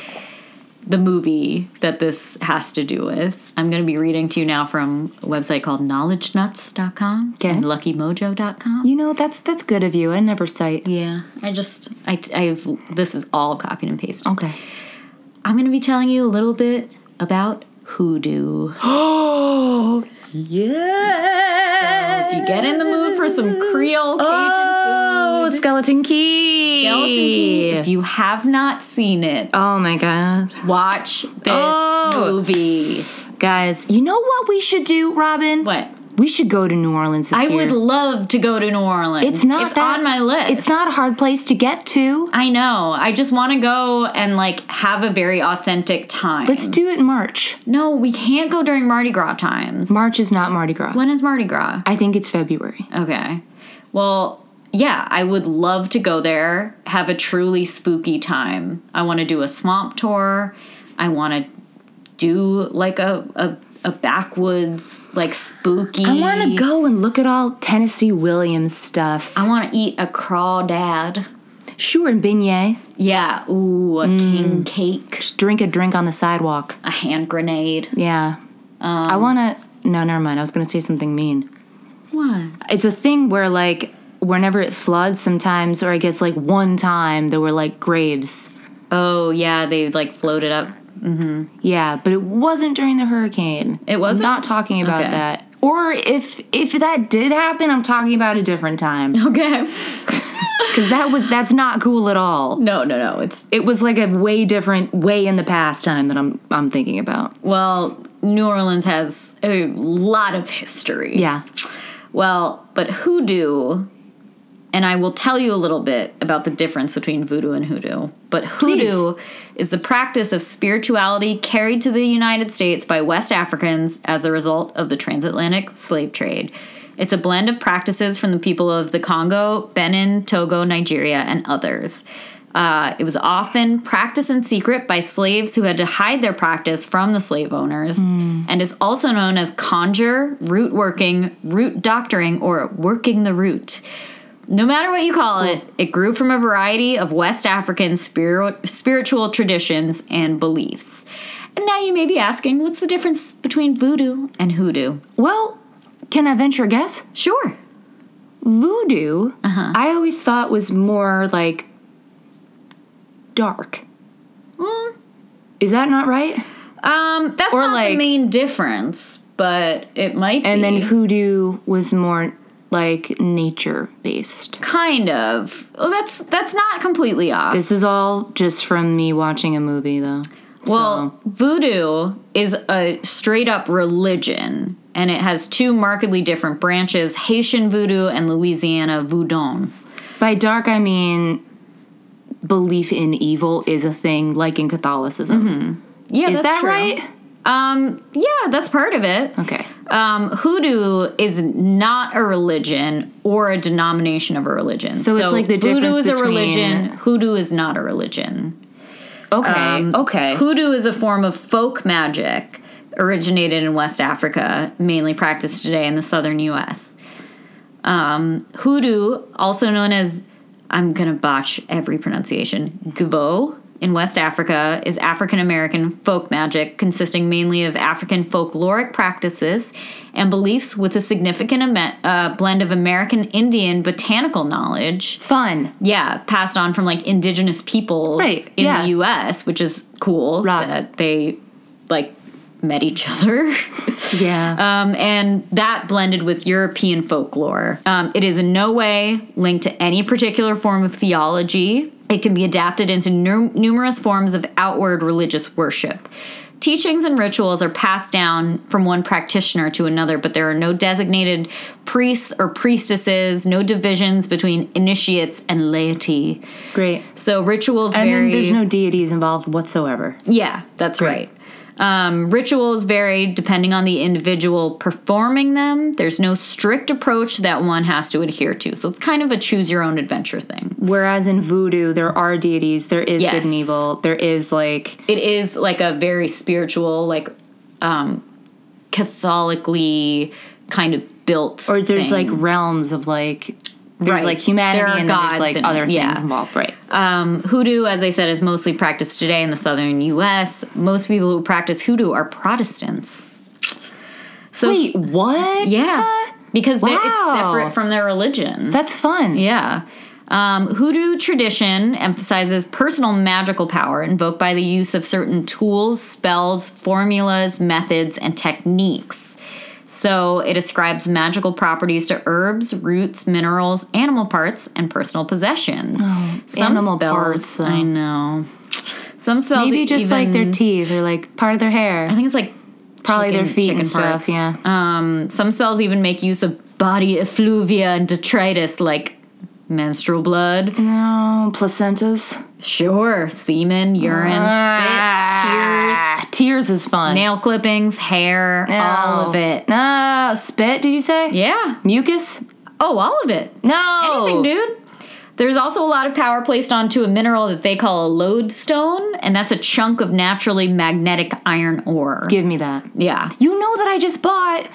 [SPEAKER 1] The movie that this has to do with. I'm going to be reading to you now from a website called knowledgenuts.com
[SPEAKER 2] Okay.
[SPEAKER 1] and luckymojo.com.
[SPEAKER 2] You know that's that's good of you. I never cite.
[SPEAKER 1] Yeah, I just, I, I've, this is all copied and pasted.
[SPEAKER 2] Okay.
[SPEAKER 1] I'm going to be telling you a little bit about hoodoo. So
[SPEAKER 2] Oh yeah.
[SPEAKER 1] if you get in the mood for some Creole Cajun
[SPEAKER 2] Oh,
[SPEAKER 1] food,
[SPEAKER 2] skeleton key.
[SPEAKER 1] Skeleton Key, if you have not seen it,
[SPEAKER 2] Oh my god.
[SPEAKER 1] watch this
[SPEAKER 2] Oh.
[SPEAKER 1] movie.
[SPEAKER 2] Guys, you know what we should do, Robin?
[SPEAKER 1] What?
[SPEAKER 2] We should go to New Orleans this
[SPEAKER 1] I
[SPEAKER 2] year.
[SPEAKER 1] would love to go to New Orleans.
[SPEAKER 2] It's not
[SPEAKER 1] It's
[SPEAKER 2] that-
[SPEAKER 1] on my list.
[SPEAKER 2] It's not a hard place to get to.
[SPEAKER 1] I know. I just want to go and like have a very authentic time.
[SPEAKER 2] Let's do it in March.
[SPEAKER 1] no, we can't go during Mardi Gras times.
[SPEAKER 2] March is not Mardi Gras.
[SPEAKER 1] when is Mardi Gras?
[SPEAKER 2] I think it's February.
[SPEAKER 1] Okay. Well, yeah, I would love to go there, have a truly spooky time. I want to do a swamp tour. I want to do like a, a a backwoods like spooky.
[SPEAKER 2] I want to go and look at all Tennessee Williams stuff.
[SPEAKER 1] I want to eat a crawdad.
[SPEAKER 2] Sure, and beignet.
[SPEAKER 1] Yeah. Ooh, a king cake.
[SPEAKER 2] Just drink a drink on the sidewalk.
[SPEAKER 1] A hand grenade.
[SPEAKER 2] Yeah. I want to. No, never mind. I was going to say something mean.
[SPEAKER 1] What?
[SPEAKER 2] It's a thing where, like, whenever it floods, sometimes, or I guess, like, one time, there were, like, graves.
[SPEAKER 1] Oh yeah, they like floated up.
[SPEAKER 2] Yeah, but it wasn't during the hurricane.
[SPEAKER 1] It wasn't?
[SPEAKER 2] Not talking about
[SPEAKER 1] Okay.
[SPEAKER 2] that. Or if if that did happen, I'm talking about a different time
[SPEAKER 1] Okay.
[SPEAKER 2] because that was that's not cool at all.
[SPEAKER 1] No, no, no. It's
[SPEAKER 2] It was like a way different, way in the past time that I'm I'm thinking about.
[SPEAKER 1] well, New Orleans has a lot of history.
[SPEAKER 2] Yeah,
[SPEAKER 1] Well, but hoodoo, and I will tell you a little bit about the difference between voodoo and hoodoo. But hoodoo is the practice of spirituality carried to the United States by West Africans as a result of the transatlantic slave trade. It's a blend of practices from the people of the Congo, Benin, Togo, Nigeria, and others. Uh, it was often practiced in secret by slaves who had to hide their practice from the slave owners
[SPEAKER 2] Hmm.
[SPEAKER 1] and is also known as conjure, root working, root doctoring, or working the root. No matter what you call it, it grew from a variety of West African spirit, spiritual traditions and beliefs. And now you may be asking, what's the difference between voodoo and hoodoo?
[SPEAKER 2] Well, can I venture a guess?
[SPEAKER 1] Sure.
[SPEAKER 2] Voodoo, I always thought was more like dark. Is that not right?
[SPEAKER 1] Hmm, Um, that's
[SPEAKER 2] Or
[SPEAKER 1] not the
[SPEAKER 2] like-
[SPEAKER 1] main difference, but it might
[SPEAKER 2] And
[SPEAKER 1] be.
[SPEAKER 2] then hoodoo was more like nature based.
[SPEAKER 1] kind of. Well, that's that's not completely off.
[SPEAKER 2] This is all just from me watching a movie, though.
[SPEAKER 1] Well,
[SPEAKER 2] um,
[SPEAKER 1] voodoo is a straight up religion, and it has two markedly different branches Haitian voodoo and Louisiana voodoo.
[SPEAKER 2] So, by dark, I mean belief in evil is a thing, like in Catholicism.
[SPEAKER 1] Yeah,
[SPEAKER 2] Is that right?
[SPEAKER 1] Um, yeah, that's part of it.
[SPEAKER 2] Okay.
[SPEAKER 1] Um, hoodoo is not a religion or a denomination of a religion.
[SPEAKER 2] So it's like the
[SPEAKER 1] voodoo
[SPEAKER 2] difference
[SPEAKER 1] is a
[SPEAKER 2] between-
[SPEAKER 1] religion. Hoodoo is not a religion.
[SPEAKER 2] Okay. Oh,
[SPEAKER 1] Um,
[SPEAKER 2] okay.
[SPEAKER 1] Hoodoo is a form of folk magic originated in West Africa, mainly practiced today in the southern U.S. Um, hoodoo, also known as, I'm going to botch every pronunciation, Gbo in West Africa, is African American folk magic consisting mainly of African folkloric practices and beliefs with a significant ame- uh, blend of American Indian botanical knowledge
[SPEAKER 2] Fun.
[SPEAKER 1] yeah, passed on from like indigenous peoples
[SPEAKER 2] Right,
[SPEAKER 1] in
[SPEAKER 2] yeah.
[SPEAKER 1] the US, which is cool
[SPEAKER 2] Rock.
[SPEAKER 1] that they like met each other.
[SPEAKER 2] Yeah.
[SPEAKER 1] Um, and that blended with European folklore. Um, it is in no way linked to any particular form of theology. It can be adapted into nu- numerous forms of outward religious worship. Teachings and rituals are passed down from one practitioner to another, but there are no designated priests or priestesses, no divisions between initiates and laity.
[SPEAKER 2] Great.
[SPEAKER 1] So rituals
[SPEAKER 2] And
[SPEAKER 1] vary.
[SPEAKER 2] then there's no deities involved whatsoever.
[SPEAKER 1] Yeah, that's
[SPEAKER 2] Great.
[SPEAKER 1] right. Um, rituals vary depending on the individual performing them. There's no strict approach that one has to adhere to. So it's kind of a choose your own adventure thing.
[SPEAKER 2] Whereas in voodoo, there are deities, there is
[SPEAKER 1] Yes.
[SPEAKER 2] good and evil, there is like
[SPEAKER 1] It is like a very spiritual, like um, Catholically kind of built.
[SPEAKER 2] or there's
[SPEAKER 1] thing.
[SPEAKER 2] like realms of like there's
[SPEAKER 1] Right.
[SPEAKER 2] like humanity
[SPEAKER 1] There are
[SPEAKER 2] and then there's
[SPEAKER 1] gods
[SPEAKER 2] like
[SPEAKER 1] and-
[SPEAKER 2] other things
[SPEAKER 1] yeah.
[SPEAKER 2] involved, right?
[SPEAKER 1] Um, hoodoo, as I said, is mostly practiced today in the southern U.S. Most people who practice hoodoo are Protestants. So
[SPEAKER 2] Wait, what?
[SPEAKER 1] yeah, because they, it's
[SPEAKER 2] Wow.
[SPEAKER 1] separate from their religion.
[SPEAKER 2] That's fun.
[SPEAKER 1] Yeah. Um, hoodoo tradition emphasizes personal magical power invoked by the use of certain tools, spells, formulas, methods, and techniques. So it ascribes magical properties to herbs, roots, minerals, animal parts, and personal possessions.
[SPEAKER 2] Oh, animal parts, though.
[SPEAKER 1] I know. Some spells,
[SPEAKER 2] Maybe just like their
[SPEAKER 1] even-
[SPEAKER 2] teeth or like part of their
[SPEAKER 1] I
[SPEAKER 2] hair.
[SPEAKER 1] think it's like
[SPEAKER 2] Probably
[SPEAKER 1] chicken-
[SPEAKER 2] their feet
[SPEAKER 1] chicken
[SPEAKER 2] and stuff,
[SPEAKER 1] parts.
[SPEAKER 2] yeah.
[SPEAKER 1] Um, some spells even make use of body effluvia and detritus, like menstrual blood.
[SPEAKER 2] No, placentas.
[SPEAKER 1] Sure, semen, urine, spit, tears,
[SPEAKER 2] Ah, Tears is fun.
[SPEAKER 1] nail clippings, hair, all of it.
[SPEAKER 2] No, spit, did you say?
[SPEAKER 1] Yeah.
[SPEAKER 2] Mucus?
[SPEAKER 1] Oh, all of it.
[SPEAKER 2] No.
[SPEAKER 1] Anything, dude. There's also a lot of power placed onto a mineral that they call a lodestone, and that's a chunk of naturally magnetic iron ore.
[SPEAKER 2] Give me that.
[SPEAKER 1] Yeah.
[SPEAKER 2] You know that I just bought,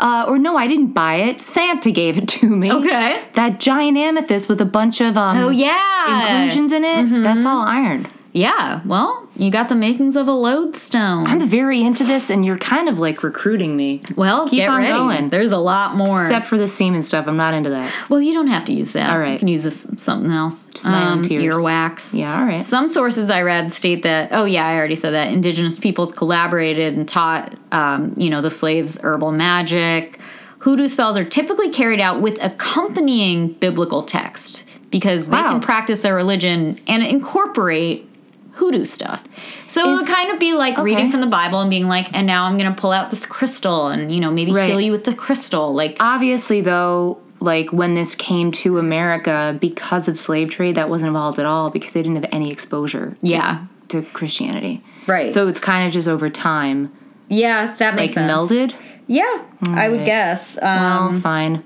[SPEAKER 2] uh, or no, I didn't buy it. Santa gave it to me.
[SPEAKER 1] Okay.
[SPEAKER 2] That giant amethyst with a bunch of um,
[SPEAKER 1] Oh yeah. Mm-hmm.
[SPEAKER 2] inclusions in it. That's all iron.
[SPEAKER 1] Yeah. Well, you got the makings of a lodestone.
[SPEAKER 2] I'm very into this, and you're kind of like recruiting me.
[SPEAKER 1] well,
[SPEAKER 2] Keep
[SPEAKER 1] get
[SPEAKER 2] on
[SPEAKER 1] ready.
[SPEAKER 2] going.
[SPEAKER 1] There's a lot more.
[SPEAKER 2] Except for the semen stuff, I'm not into that.
[SPEAKER 1] well, you don't have to use that.
[SPEAKER 2] All right.
[SPEAKER 1] You can use this something else. Just
[SPEAKER 2] my own tears.
[SPEAKER 1] Earwax.
[SPEAKER 2] Yeah, all right.
[SPEAKER 1] Some sources I read state that, oh, yeah, I already said that indigenous peoples collaborated and taught, um, you know, the slaves herbal magic. Hoodoo spells are typically carried out with accompanying biblical text because they
[SPEAKER 2] Wow.
[SPEAKER 1] can practice their religion and incorporate hoodoo stuff. So it
[SPEAKER 2] Is-
[SPEAKER 1] would kind of be like reading
[SPEAKER 2] okay.
[SPEAKER 1] from the Bible and being like, and now I'm going to pull out this crystal and, you know, maybe
[SPEAKER 2] Right.
[SPEAKER 1] heal you with the crystal. Like,
[SPEAKER 2] Obviously, though, like when this came to America because of slave trade, that wasn't involved at all because they didn't have any exposure
[SPEAKER 1] yeah.
[SPEAKER 2] to Christianity.
[SPEAKER 1] Right.
[SPEAKER 2] So it's kind of just over time,
[SPEAKER 1] Yeah, that
[SPEAKER 2] like
[SPEAKER 1] makes sense.
[SPEAKER 2] melded.
[SPEAKER 1] Yeah, I would
[SPEAKER 2] right.
[SPEAKER 1] guess. Um,
[SPEAKER 2] oh, fine.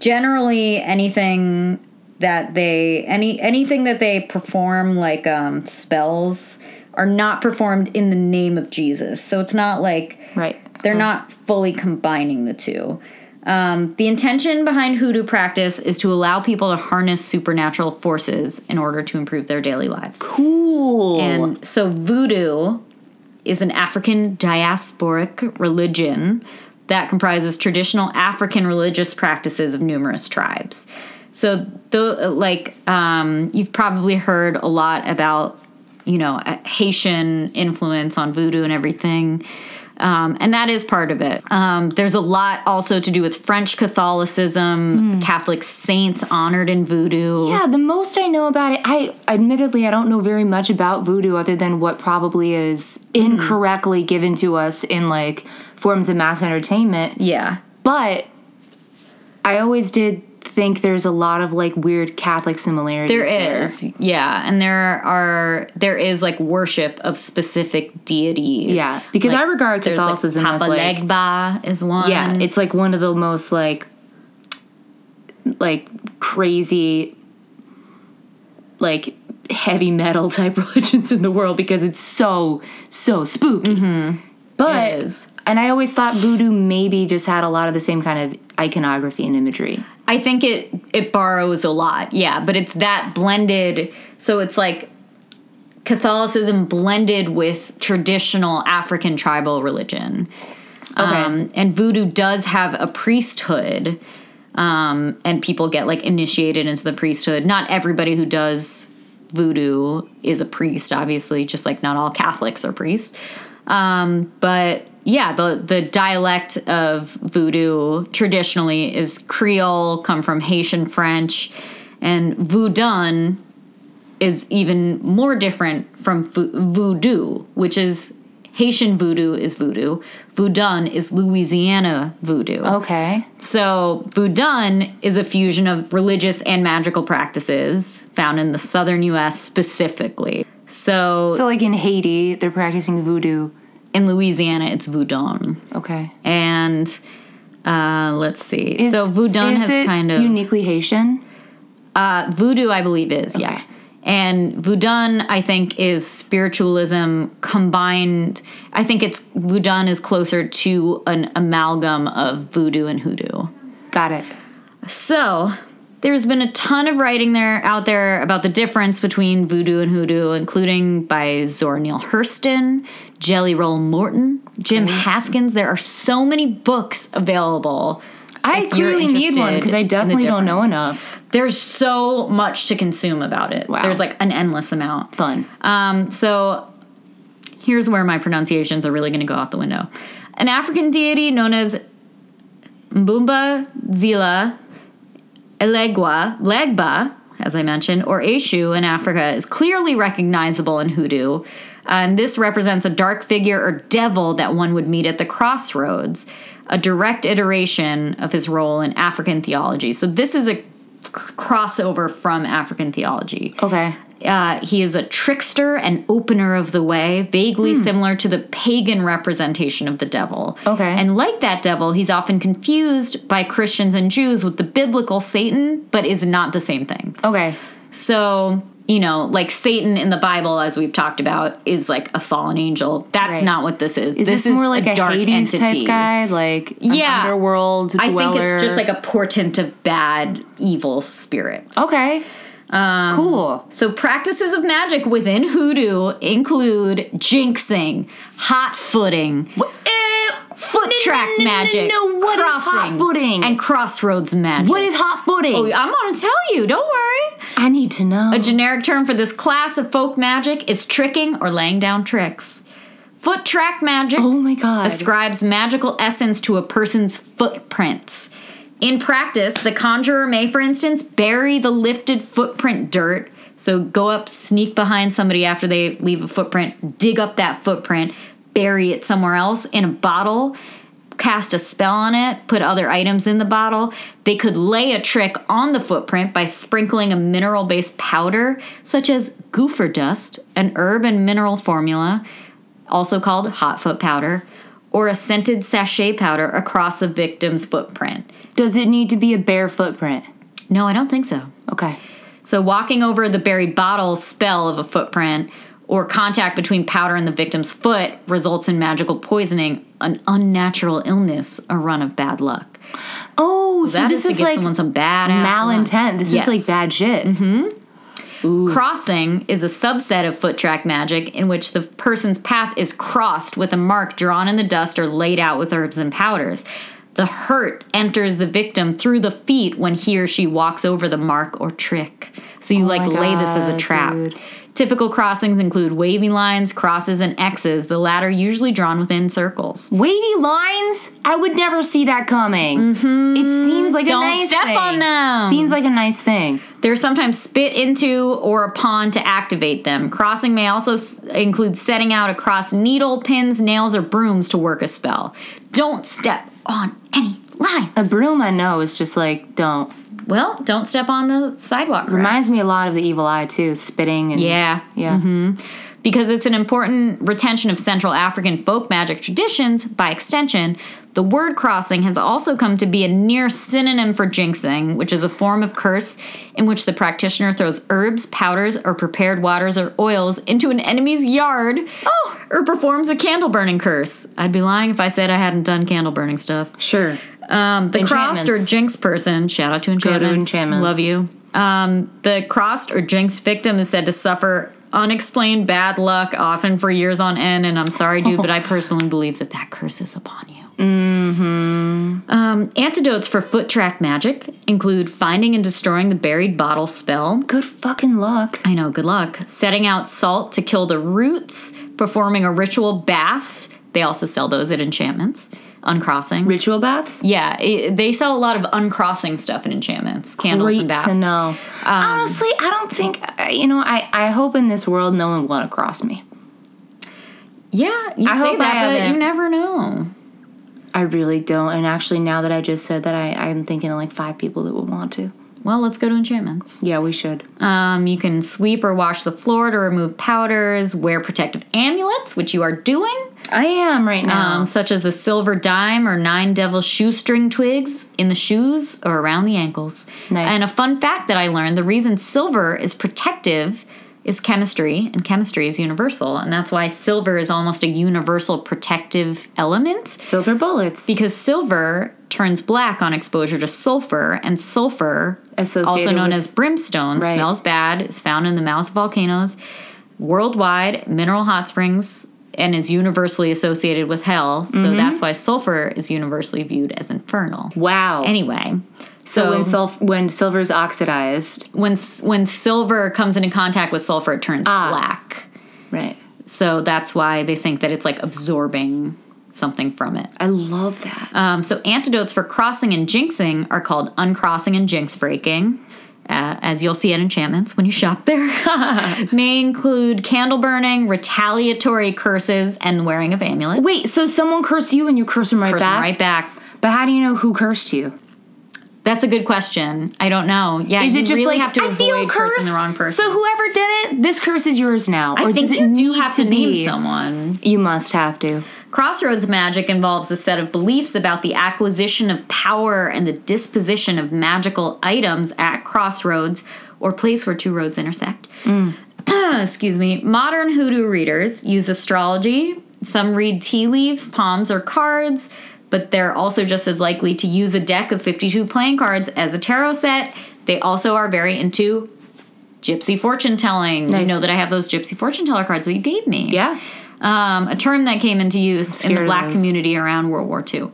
[SPEAKER 1] generally anything that they any anything that they perform like um spells are not performed in the name of Jesus. So it's not like
[SPEAKER 2] Right.
[SPEAKER 1] they're not fully combining the two. Um, the intention behind hoodoo practice is to allow people to harness supernatural forces in order to improve their daily lives.
[SPEAKER 2] Cool.
[SPEAKER 1] And so voodoo is an African diasporic religion that comprises traditional African religious practices of numerous tribes. So, the, like, um, you've probably heard a lot about, you know, a Haitian influence on voodoo and everything. Um, and that is part of it. Um, there's a lot also to do with French Catholicism, Catholic saints honored in voodoo.
[SPEAKER 2] Hmm. yeah, the most I know about it, I admittedly I don't know very much about voodoo other than what probably is
[SPEAKER 1] Hmm.
[SPEAKER 2] incorrectly given to us in like forms of mass entertainment.
[SPEAKER 1] Yeah.
[SPEAKER 2] But I always did think there's a lot of like weird Catholic similarities.
[SPEAKER 1] There is, yeah, and there are there is like worship of specific deities.
[SPEAKER 2] Yeah, because I regard
[SPEAKER 1] there's like
[SPEAKER 2] Catholicism
[SPEAKER 1] Papa
[SPEAKER 2] as like
[SPEAKER 1] Legba is one.
[SPEAKER 2] yeah, it's like one of the most like like crazy like heavy metal type religions in the world because it's so so spooky. But
[SPEAKER 1] It is.
[SPEAKER 2] Mm-hmm. and I always thought voodoo maybe just had a lot of the same kind of iconography and imagery.
[SPEAKER 1] I think it it borrows a lot. Yeah, but it's that blended. So it's like Catholicism blended with traditional African tribal religion. Um, and voodoo does have a priesthood, um, and people get like initiated into the priesthood. Not everybody who does voodoo is a priest, obviously, just like not all Catholics are priests. Um, but yeah, the the dialect of voodoo traditionally is Creole, come from Haitian French, and voodun is even more different from vo- voodoo, which is Haitian voodoo is voodoo. Voodun is Louisiana voodoo.
[SPEAKER 2] Okay.
[SPEAKER 1] So, Voodun is a fusion of religious and magical practices found in the southern US specifically. So,
[SPEAKER 2] So like in Haiti, they're practicing voodoo.
[SPEAKER 1] in Louisiana, it's Voodun.
[SPEAKER 2] Okay.
[SPEAKER 1] And uh, let's see. so, Voodun
[SPEAKER 2] is
[SPEAKER 1] has
[SPEAKER 2] it
[SPEAKER 1] kind of.
[SPEAKER 2] uniquely Haitian.
[SPEAKER 1] Uh, voodoo, I believe, is yeah.
[SPEAKER 2] Okay.
[SPEAKER 1] And voodun, I think, is spiritualism combined. I think it's voodun is closer to an amalgam of voodoo and hoodoo.
[SPEAKER 2] Got it.
[SPEAKER 1] So there's been a ton of writing there out there about the difference between voodoo and hoodoo, including by Zora Neale Hurston, Jelly Roll Morton, Jim Haskins. There are so many books available.
[SPEAKER 2] I
[SPEAKER 1] If you're
[SPEAKER 2] clearly need one because
[SPEAKER 1] interested
[SPEAKER 2] I
[SPEAKER 1] in the
[SPEAKER 2] definitely don't know
[SPEAKER 1] difference.
[SPEAKER 2] enough.
[SPEAKER 1] There's so much to consume about it.
[SPEAKER 2] Wow.
[SPEAKER 1] There's like an endless amount.
[SPEAKER 2] Fun.
[SPEAKER 1] Um, so here's where my pronunciations are really going to go out the window. An African deity known as Mbumba, Zila, Elegwa, Legba, as I mentioned, or Eshu in Africa is clearly recognizable in hoodoo. And this represents a dark figure or devil that one would meet at the crossroads, a direct iteration of his role in African theology. So this is a c- crossover from African theology.
[SPEAKER 2] Okay.
[SPEAKER 1] Uh, he is a trickster and opener of the way, vaguely
[SPEAKER 2] Hmm.
[SPEAKER 1] similar to the pagan representation of the devil.
[SPEAKER 2] Okay.
[SPEAKER 1] And like that devil, he's often confused by Christians and Jews with the biblical Satan, but is not the same thing.
[SPEAKER 2] Okay.
[SPEAKER 1] So, you know, like Satan in the Bible, as we've talked about, is like a fallen angel. That's
[SPEAKER 2] Right.
[SPEAKER 1] not what this is.
[SPEAKER 2] Is this, more like a, Hades type guy, like an
[SPEAKER 1] Yeah.
[SPEAKER 2] underworld
[SPEAKER 1] I think it's just
[SPEAKER 2] dweller?
[SPEAKER 1] like a portent of bad, evil spirits.
[SPEAKER 2] okay,
[SPEAKER 1] Um,
[SPEAKER 2] cool.
[SPEAKER 1] So, practices of magic within hoodoo include jinxing, hot footing, foot track
[SPEAKER 2] no, no,
[SPEAKER 1] magic,
[SPEAKER 2] no, what is
[SPEAKER 1] crossing,
[SPEAKER 2] hot footing?
[SPEAKER 1] and crossroads magic.
[SPEAKER 2] What is hot footing?
[SPEAKER 1] Oh, I'm gonna tell you. Don't worry.
[SPEAKER 2] I need to know.
[SPEAKER 1] A generic term for this class of folk magic is tricking or laying down tricks. Foot track magic
[SPEAKER 2] oh my god.
[SPEAKER 1] ascribes magical essence to a person's footprint. In practice, the conjurer may, for instance, bury the lifted footprint dirt. So go up, sneak behind somebody after they leave a footprint, dig up that footprint, bury it somewhere else in a bottle, cast a spell on it, put other items in the bottle. They could lay a trick on the footprint by sprinkling a mineral based powder, such as goofer dust, an herb and mineral formula, also called hot foot powder, or a scented sachet powder across a victim's footprint.
[SPEAKER 2] Does it need to be a bare footprint?
[SPEAKER 1] No, I don't think so.
[SPEAKER 2] Okay.
[SPEAKER 1] So, walking over the buried bottle spell of a footprint or contact between powder and the victim's foot results in magical poisoning, an unnatural illness, a run of bad luck.
[SPEAKER 2] Oh, so,
[SPEAKER 1] That
[SPEAKER 2] this
[SPEAKER 1] to
[SPEAKER 2] is
[SPEAKER 1] give
[SPEAKER 2] like
[SPEAKER 1] someone some bad
[SPEAKER 2] malintent. This
[SPEAKER 1] Yes. Mm-hmm.
[SPEAKER 2] is like bad shit.
[SPEAKER 1] Crossing is a subset of foot track magic in which the person's path is crossed with a mark drawn in the dust or laid out with herbs and powders. The hurt enters the victim through the feet when he or she walks over the mark or trick. So you like
[SPEAKER 2] Oh my
[SPEAKER 1] lay this as a
[SPEAKER 2] God,
[SPEAKER 1] trap.
[SPEAKER 2] dude.
[SPEAKER 1] Typical crossings include wavy lines, crosses, and X's, the latter usually drawn within circles.
[SPEAKER 2] Wavy lines? I would never see that coming. Mm-hmm. It seems like
[SPEAKER 1] Don't
[SPEAKER 2] a nice
[SPEAKER 1] step
[SPEAKER 2] thing.
[SPEAKER 1] on them.
[SPEAKER 2] Seems like a nice thing.
[SPEAKER 1] They're sometimes spit into or upon to activate them. Crossing may also s- include setting out across needle, pins, nails, or brooms to work a spell. Don't step on any lines.
[SPEAKER 2] A broom, I know, is just like don't.
[SPEAKER 1] well, don't step on the sidewalk. cracks.
[SPEAKER 2] Reminds me a lot of the Evil Eye too, spitting and
[SPEAKER 1] Yeah.
[SPEAKER 2] yeah.
[SPEAKER 1] Because it's an important retention of Central African folk magic traditions, by extension, the word crossing has also come to be a near synonym for jinxing, which is a form of curse in which the practitioner throws herbs, powders, or prepared waters or oils into an enemy's yard oh! or performs a candle burning curse. I'd be lying if I said I hadn't done candle burning stuff.
[SPEAKER 2] Sure.
[SPEAKER 1] Um, the crossed or
[SPEAKER 2] Enchantments.
[SPEAKER 1] jinxed person, shout out to enchantments,
[SPEAKER 2] Enchantments.
[SPEAKER 1] love you. Um, the crossed or jinxed victim is said to suffer unexplained bad luck, often for years on end. And I'm sorry, dude, but I personally believe that that curse is upon you. Mm-hmm. Um, antidotes for foot track magic include finding and destroying the buried bottle spell.
[SPEAKER 2] Good fucking luck.
[SPEAKER 1] I know, good luck. Setting out salt to kill the roots, performing a ritual bath. They also sell those at enchantments. Uncrossing.
[SPEAKER 2] Ritual baths?
[SPEAKER 1] Yeah, i they sell a lot of uncrossing stuff in enchantments, candles
[SPEAKER 2] Great
[SPEAKER 1] and baths.
[SPEAKER 2] to know. Honestly, I don't think I- you know. I I hope in this world no one will want to cross me.
[SPEAKER 1] Yeah, you
[SPEAKER 2] I
[SPEAKER 1] say
[SPEAKER 2] hope
[SPEAKER 1] that,
[SPEAKER 2] I
[SPEAKER 1] but
[SPEAKER 2] haven't.
[SPEAKER 1] you never know.
[SPEAKER 2] I really don't. And actually, now that I just said that, I I'm thinking of like five people that would want to.
[SPEAKER 1] Well, let's go to enchantments.
[SPEAKER 2] Yeah, we should.
[SPEAKER 1] Um, you can sweep or wash the floor to remove powders, wear protective amulets, which you are doing,
[SPEAKER 2] I am right now.
[SPEAKER 1] um, such as the silver dime or nine devil shoestring twigs in the shoes or around the ankles.
[SPEAKER 2] Nice.
[SPEAKER 1] And a fun fact that I learned the reason silver is protective is chemistry, and chemistry is universal, and that's why silver is almost a universal protective element.
[SPEAKER 2] Silver bullets.
[SPEAKER 1] because silver turns black on exposure to sulfur, and sulfur,
[SPEAKER 2] Associated
[SPEAKER 1] also known
[SPEAKER 2] with-
[SPEAKER 1] as brimstone,
[SPEAKER 2] Right.
[SPEAKER 1] smells bad, is found in the mouths of volcanoes worldwide, mineral hot springs, and is universally associated with hell. So
[SPEAKER 2] Mm-hmm.
[SPEAKER 1] that's why sulfur is universally viewed as infernal.
[SPEAKER 2] wow.
[SPEAKER 1] Anyway, so,
[SPEAKER 2] so when
[SPEAKER 1] when,
[SPEAKER 2] sulf- when silver's oxidized,
[SPEAKER 1] when s- when silver comes into contact with sulfur, it turns
[SPEAKER 2] Ah.
[SPEAKER 1] black.
[SPEAKER 2] right?
[SPEAKER 1] So that's why they think that it's like absorbing something from it.
[SPEAKER 2] I love that.
[SPEAKER 1] Um, so antidotes for crossing and jinxing are called uncrossing and jinx breaking. Uh, as you'll see at enchantments when you shop there, may include candle burning, retaliatory curses, and wearing of amulets.
[SPEAKER 2] Wait, so someone cursed you and you curse them right
[SPEAKER 1] Curse 'em
[SPEAKER 2] back?
[SPEAKER 1] right back.
[SPEAKER 2] But how do you know who cursed you?
[SPEAKER 1] That's a good question. I don't know. Yeah,
[SPEAKER 2] Is
[SPEAKER 1] you
[SPEAKER 2] it just
[SPEAKER 1] really
[SPEAKER 2] like
[SPEAKER 1] have to
[SPEAKER 2] I
[SPEAKER 1] avoid
[SPEAKER 2] feel cursed?
[SPEAKER 1] cursing the wrong person?
[SPEAKER 2] So whoever did it, this curse is yours now.
[SPEAKER 1] I
[SPEAKER 2] or
[SPEAKER 1] think
[SPEAKER 2] does it
[SPEAKER 1] you do
[SPEAKER 2] need
[SPEAKER 1] have to, name
[SPEAKER 2] be?
[SPEAKER 1] someone.
[SPEAKER 2] You must have to.
[SPEAKER 1] Crossroads magic involves a set of beliefs about the acquisition of power and the disposition of magical items at crossroads or place where two roads intersect. Excuse me. Modern hoodoo readers use astrology. Some read tea leaves, palms, or cards, but they're also just as likely to use a deck of 52 playing cards as a tarot set. They also are very into gypsy fortune telling. You
[SPEAKER 2] Nice.
[SPEAKER 1] know that I have those gypsy fortune teller cards that you gave me
[SPEAKER 2] Yeah.
[SPEAKER 1] um, a term that came into use in
[SPEAKER 2] scared
[SPEAKER 1] the
[SPEAKER 2] of
[SPEAKER 1] black
[SPEAKER 2] those.
[SPEAKER 1] community around World War II.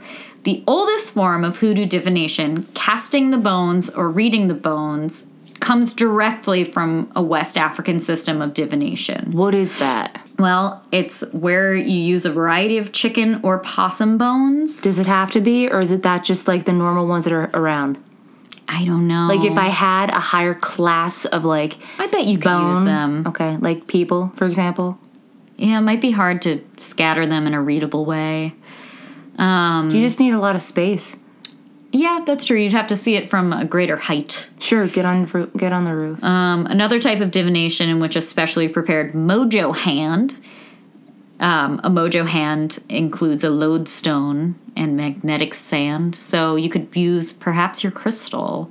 [SPEAKER 1] The oldest form of hoodoo divination, casting the bones or reading the bones, comes directly from a West African system of divination.
[SPEAKER 2] What is that?
[SPEAKER 1] Well, it's where you use a variety of chicken or possum bones.
[SPEAKER 2] Does it have to be, or is it that just like the normal ones that are around?
[SPEAKER 1] I don't know.
[SPEAKER 2] Like if I had a higher class of like
[SPEAKER 1] I bet you could
[SPEAKER 2] bone,
[SPEAKER 1] use them.
[SPEAKER 2] okay, like people, for example.
[SPEAKER 1] Yeah, it might be hard to scatter them in a readable way.
[SPEAKER 2] You just need a lot of space.
[SPEAKER 1] Yeah, that's true. You'd have to see it from a greater height.
[SPEAKER 2] Sure, get on roo- get on the roof.
[SPEAKER 1] Um, another type of divination in which a specially prepared mojo hand. Um, a mojo hand includes a lodestone and magnetic sand, so you could use perhaps your crystal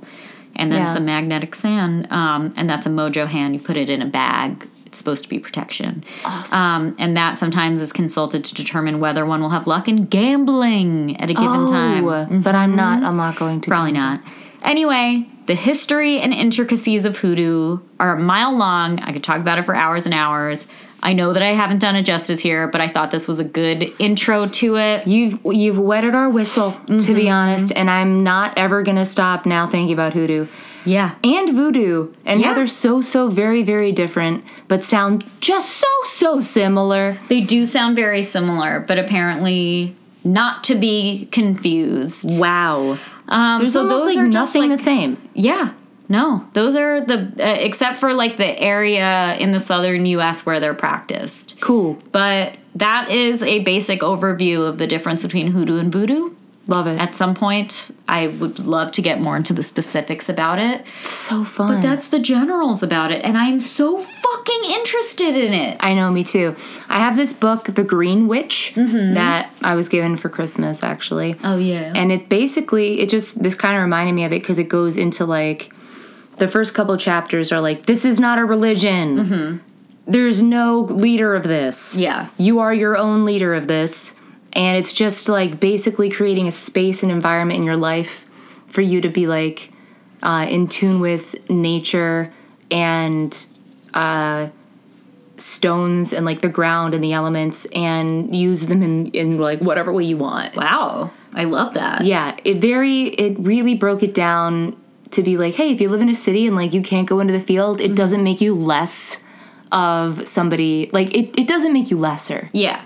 [SPEAKER 1] and then
[SPEAKER 2] Yeah.
[SPEAKER 1] some magnetic sand, um, and that's a mojo hand. You put it in a bag. It's supposed to be protection. Awesome. Um, and that sometimes is consulted to determine whether one will have luck in gambling at a given time.
[SPEAKER 2] Oh, but I'm not. I'm not going to.
[SPEAKER 1] Probably not. Anyway, the history and intricacies of hoodoo are a mile long. I could talk about it for hours and hours. I know that I haven't done it justice here, but I thought this was a good intro to it.
[SPEAKER 2] You've you've wetted our whistle, to be honest, and I'm not ever gonna stop now thinking about hoodoo
[SPEAKER 1] Yeah.
[SPEAKER 2] and voodoo and how
[SPEAKER 1] Yeah.
[SPEAKER 2] they're so so very very different, but sound just so so similar.
[SPEAKER 1] They do sound very similar, but apparently not to be confused.
[SPEAKER 2] Wow,
[SPEAKER 1] Um,
[SPEAKER 2] there's
[SPEAKER 1] so
[SPEAKER 2] almost
[SPEAKER 1] those
[SPEAKER 2] like
[SPEAKER 1] are just
[SPEAKER 2] nothing
[SPEAKER 1] like
[SPEAKER 2] the same.
[SPEAKER 1] Yeah. No, those are the uh, except for like the area in the southern US where they're practiced.
[SPEAKER 2] Cool,
[SPEAKER 1] But that is a basic overview of the difference between hoodoo and voodoo.
[SPEAKER 2] love it.
[SPEAKER 1] At some point, I would love to get more into the specifics about it.
[SPEAKER 2] That's so fun.
[SPEAKER 1] That's the generals about it, and I'm so fucking interested in it.
[SPEAKER 2] I know, me too. I have this book, The Green Witch, that I was given for Christmas actually.
[SPEAKER 1] Oh, yeah.
[SPEAKER 2] and it basically it just this kind of reminded me of it because it goes into like the first couple chapters are like this is not a religion there's no leader of this
[SPEAKER 1] Mm-hmm. Yeah.
[SPEAKER 2] you are your own leader of this and it's just like basically creating a space and environment in your life for you to be like uh, in tune with nature and uh, stones and like the ground and the elements and use them in, in like whatever way you want
[SPEAKER 1] wow. I love that.
[SPEAKER 2] yeah it very it really broke it down to be like hey if you live in a city and like you can't go into the field
[SPEAKER 1] Mm-hmm.
[SPEAKER 2] it doesn't make you less of somebody like it, it doesn't make you lesser
[SPEAKER 1] Yeah.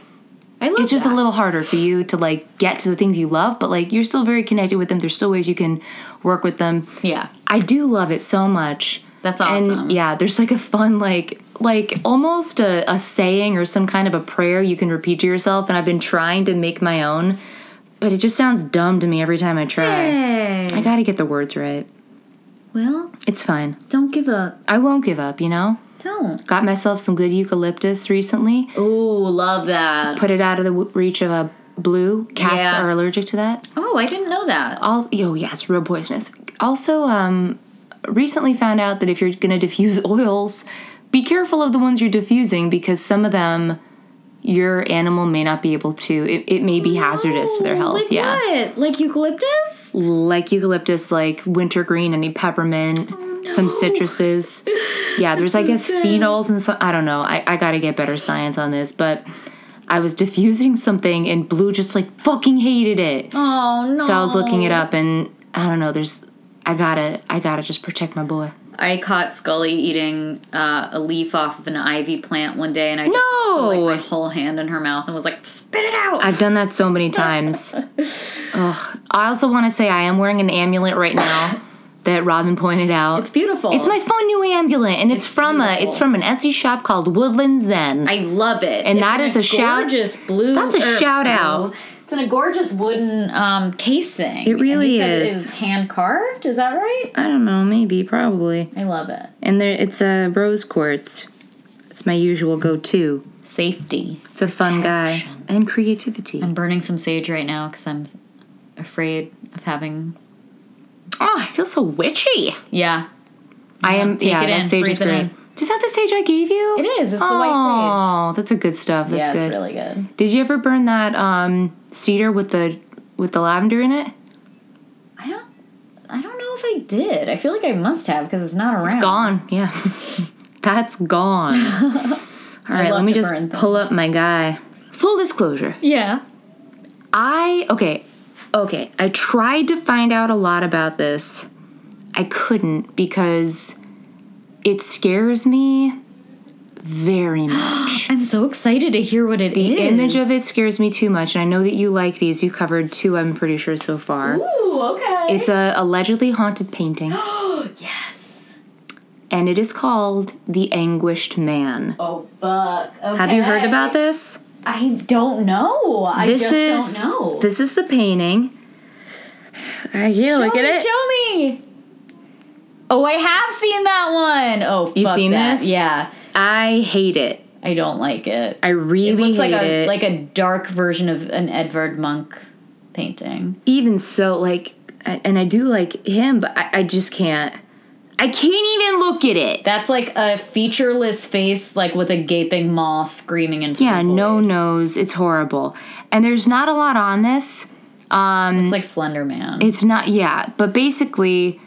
[SPEAKER 1] I love
[SPEAKER 2] it's just
[SPEAKER 1] that.
[SPEAKER 2] a little harder for you to like get to the things you love but like you're still very connected with them there's still ways you can work with them
[SPEAKER 1] Yeah.
[SPEAKER 2] i do love it so much
[SPEAKER 1] That's awesome.
[SPEAKER 2] and yeah there's like a fun like like almost a, a saying or some kind of a prayer you can repeat to yourself and i've been trying to make my own but it just sounds dumb to me every time i try I
[SPEAKER 1] Hey.
[SPEAKER 2] gotta get the words right.
[SPEAKER 1] Well,
[SPEAKER 2] It's fine.
[SPEAKER 1] don't give up.
[SPEAKER 2] I won't give up, you know?
[SPEAKER 1] Don't.
[SPEAKER 2] Got myself some good eucalyptus recently.
[SPEAKER 1] Oh, love that.
[SPEAKER 2] Put it out of the w- reach of a blue. Cats
[SPEAKER 1] Yeah.
[SPEAKER 2] are allergic to that.
[SPEAKER 1] Oh, I didn't know that.
[SPEAKER 2] All yo, yeah, it's real poisonous. Also, um, recently found out that if you're gonna diffuse oils, be careful of the ones you're diffusing because some of them your animal may not be able to. It, it may be hazardous to their
[SPEAKER 1] Oh,
[SPEAKER 2] health.
[SPEAKER 1] Like
[SPEAKER 2] yeah,
[SPEAKER 1] what? Like eucalyptus?
[SPEAKER 2] like eucalyptus, like wintergreen, any peppermint, some citruses. Yeah, there's I guess phenols and some. I don't know. I, I gotta get better science on this, but I was diffusing something and blue just like fucking hated it.
[SPEAKER 1] Oh no.
[SPEAKER 2] So I was looking it up and I don't know. There's I gotta I gotta just protect my boy.
[SPEAKER 1] I caught Scully eating uh, a leaf off of an ivy plant one day, and I just
[SPEAKER 2] No!
[SPEAKER 1] put like, my whole hand in her mouth and was like, "Spit it out!"
[SPEAKER 2] I've done that so many times. Ugh. I also want to say I am wearing an amulet right now that Robin pointed out.
[SPEAKER 1] it's beautiful.
[SPEAKER 2] It's my fun new amulet, and it's, from a it's
[SPEAKER 1] beautiful.
[SPEAKER 2] from an Etsy shop called Woodland Zen.
[SPEAKER 1] I love it,
[SPEAKER 2] And that is a shout-
[SPEAKER 1] gorgeous blue.
[SPEAKER 2] That's a
[SPEAKER 1] er,
[SPEAKER 2] shout
[SPEAKER 1] blue.
[SPEAKER 2] out
[SPEAKER 1] It's in a gorgeous wooden um, casing.
[SPEAKER 2] It really
[SPEAKER 1] And he said
[SPEAKER 2] is.
[SPEAKER 1] It is hand carved. Is that right?
[SPEAKER 2] I don't know, maybe, probably.
[SPEAKER 1] I love it.
[SPEAKER 2] And there, it's a rose quartz. It's my usual go-to.
[SPEAKER 1] Safety.
[SPEAKER 2] It's a fun guy and creativity.
[SPEAKER 1] I'm burning some sage right now because I'm afraid of having.
[SPEAKER 2] Oh, I feel so witchy.
[SPEAKER 1] Yeah,
[SPEAKER 2] I am.
[SPEAKER 1] take
[SPEAKER 2] yeah,
[SPEAKER 1] it
[SPEAKER 2] that
[SPEAKER 1] in,
[SPEAKER 2] sage is
[SPEAKER 1] breathe it
[SPEAKER 2] great.
[SPEAKER 1] in.
[SPEAKER 2] Is that the sage I gave you?
[SPEAKER 1] It is, it's the white
[SPEAKER 2] Oh, that's a good stuff. That's
[SPEAKER 1] yeah,
[SPEAKER 2] good.
[SPEAKER 1] it's really good.
[SPEAKER 2] Did you ever burn that um, cedar with the with the lavender in it?
[SPEAKER 1] I don't. I don't know if I did. I feel like I must have because it's not around.
[SPEAKER 2] It's gone. Yeah, that's gone. All right,
[SPEAKER 1] love
[SPEAKER 2] let me
[SPEAKER 1] to
[SPEAKER 2] just
[SPEAKER 1] burn
[SPEAKER 2] pull up
[SPEAKER 1] things.
[SPEAKER 2] my guy. Full disclosure.
[SPEAKER 1] Yeah.
[SPEAKER 2] I okay, okay. I tried to find out a lot about this. I couldn't because it scares me very much.
[SPEAKER 1] I'm so excited to hear what it is.
[SPEAKER 2] the image of it scares me too much, and I know that you like these. You covered two, I'm pretty sure so far.
[SPEAKER 1] Ooh, okay.
[SPEAKER 2] It's a allegedly haunted painting,
[SPEAKER 1] yes.
[SPEAKER 2] and it is called The Anguished Man.
[SPEAKER 1] Oh fuck. Okay.
[SPEAKER 2] Have you heard about this?
[SPEAKER 1] I don't know. I
[SPEAKER 2] this
[SPEAKER 1] just
[SPEAKER 2] is
[SPEAKER 1] don't know.
[SPEAKER 2] this is the painting. Uh, yeah, look
[SPEAKER 1] show
[SPEAKER 2] at
[SPEAKER 1] me,
[SPEAKER 2] it.
[SPEAKER 1] Show me. Oh, I have seen that one. Oh,
[SPEAKER 2] You've
[SPEAKER 1] fuck
[SPEAKER 2] seen
[SPEAKER 1] that.
[SPEAKER 2] this?
[SPEAKER 1] Yeah,
[SPEAKER 2] I hate it.
[SPEAKER 1] I don't like it.
[SPEAKER 2] I really
[SPEAKER 1] it looks
[SPEAKER 2] hate
[SPEAKER 1] like a
[SPEAKER 2] it.
[SPEAKER 1] like a dark version of an Edvard Munch painting.
[SPEAKER 2] even so, like, I- and I do like him, but I, I just can't. I can't even look at it.
[SPEAKER 1] That's like a featureless face, like with a gaping maw screaming into.
[SPEAKER 2] yeah,
[SPEAKER 1] the
[SPEAKER 2] no
[SPEAKER 1] void.
[SPEAKER 2] nose. It's horrible, and there's not a lot on this. Um,
[SPEAKER 1] It's like Slender Man.
[SPEAKER 2] It's not, yeah, but basically,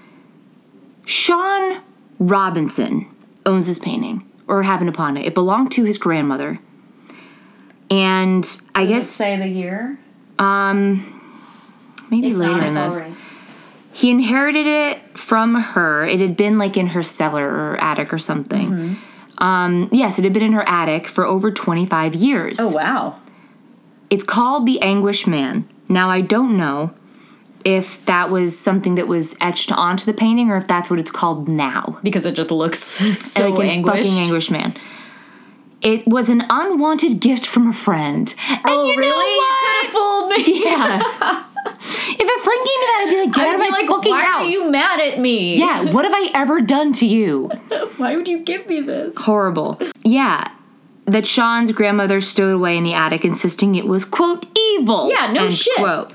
[SPEAKER 2] Sean Robinson owns this painting or happened upon it. It belonged to his grandmother. And I
[SPEAKER 1] Does it
[SPEAKER 2] guess
[SPEAKER 1] say the year.
[SPEAKER 2] maybe
[SPEAKER 1] It's
[SPEAKER 2] later
[SPEAKER 1] not,
[SPEAKER 2] in
[SPEAKER 1] it's
[SPEAKER 2] this,
[SPEAKER 1] alright.
[SPEAKER 2] he inherited it from her. It had been like in her cellar or attic or something.
[SPEAKER 1] Mm-hmm.
[SPEAKER 2] Um, yes, it had been in her attic for over 25 years.
[SPEAKER 1] Oh wow.
[SPEAKER 2] It's called The Anguish Man. Now, I don't know if that was something that was etched onto the painting or if that's what it's called now.
[SPEAKER 1] Because it just looks so
[SPEAKER 2] like an
[SPEAKER 1] anguished.
[SPEAKER 2] fucking English man. It was an unwanted gift from a friend. And
[SPEAKER 1] Oh
[SPEAKER 2] you know
[SPEAKER 1] really?
[SPEAKER 2] what?
[SPEAKER 1] You could have fooled me.
[SPEAKER 2] Yeah. if a friend gave me that, I'd be like, get out
[SPEAKER 1] I'd
[SPEAKER 2] of
[SPEAKER 1] be
[SPEAKER 2] my
[SPEAKER 1] like,
[SPEAKER 2] fucking
[SPEAKER 1] why
[SPEAKER 2] house.
[SPEAKER 1] are you mad at me?
[SPEAKER 2] yeah, what have I ever done to you?
[SPEAKER 1] Why would you give me this?
[SPEAKER 2] Horrible. Yeah. That Sean's grandmother stowed away in the attic, insisting it was, quote, evil.
[SPEAKER 1] Yeah, no
[SPEAKER 2] end
[SPEAKER 1] shit.
[SPEAKER 2] Quote.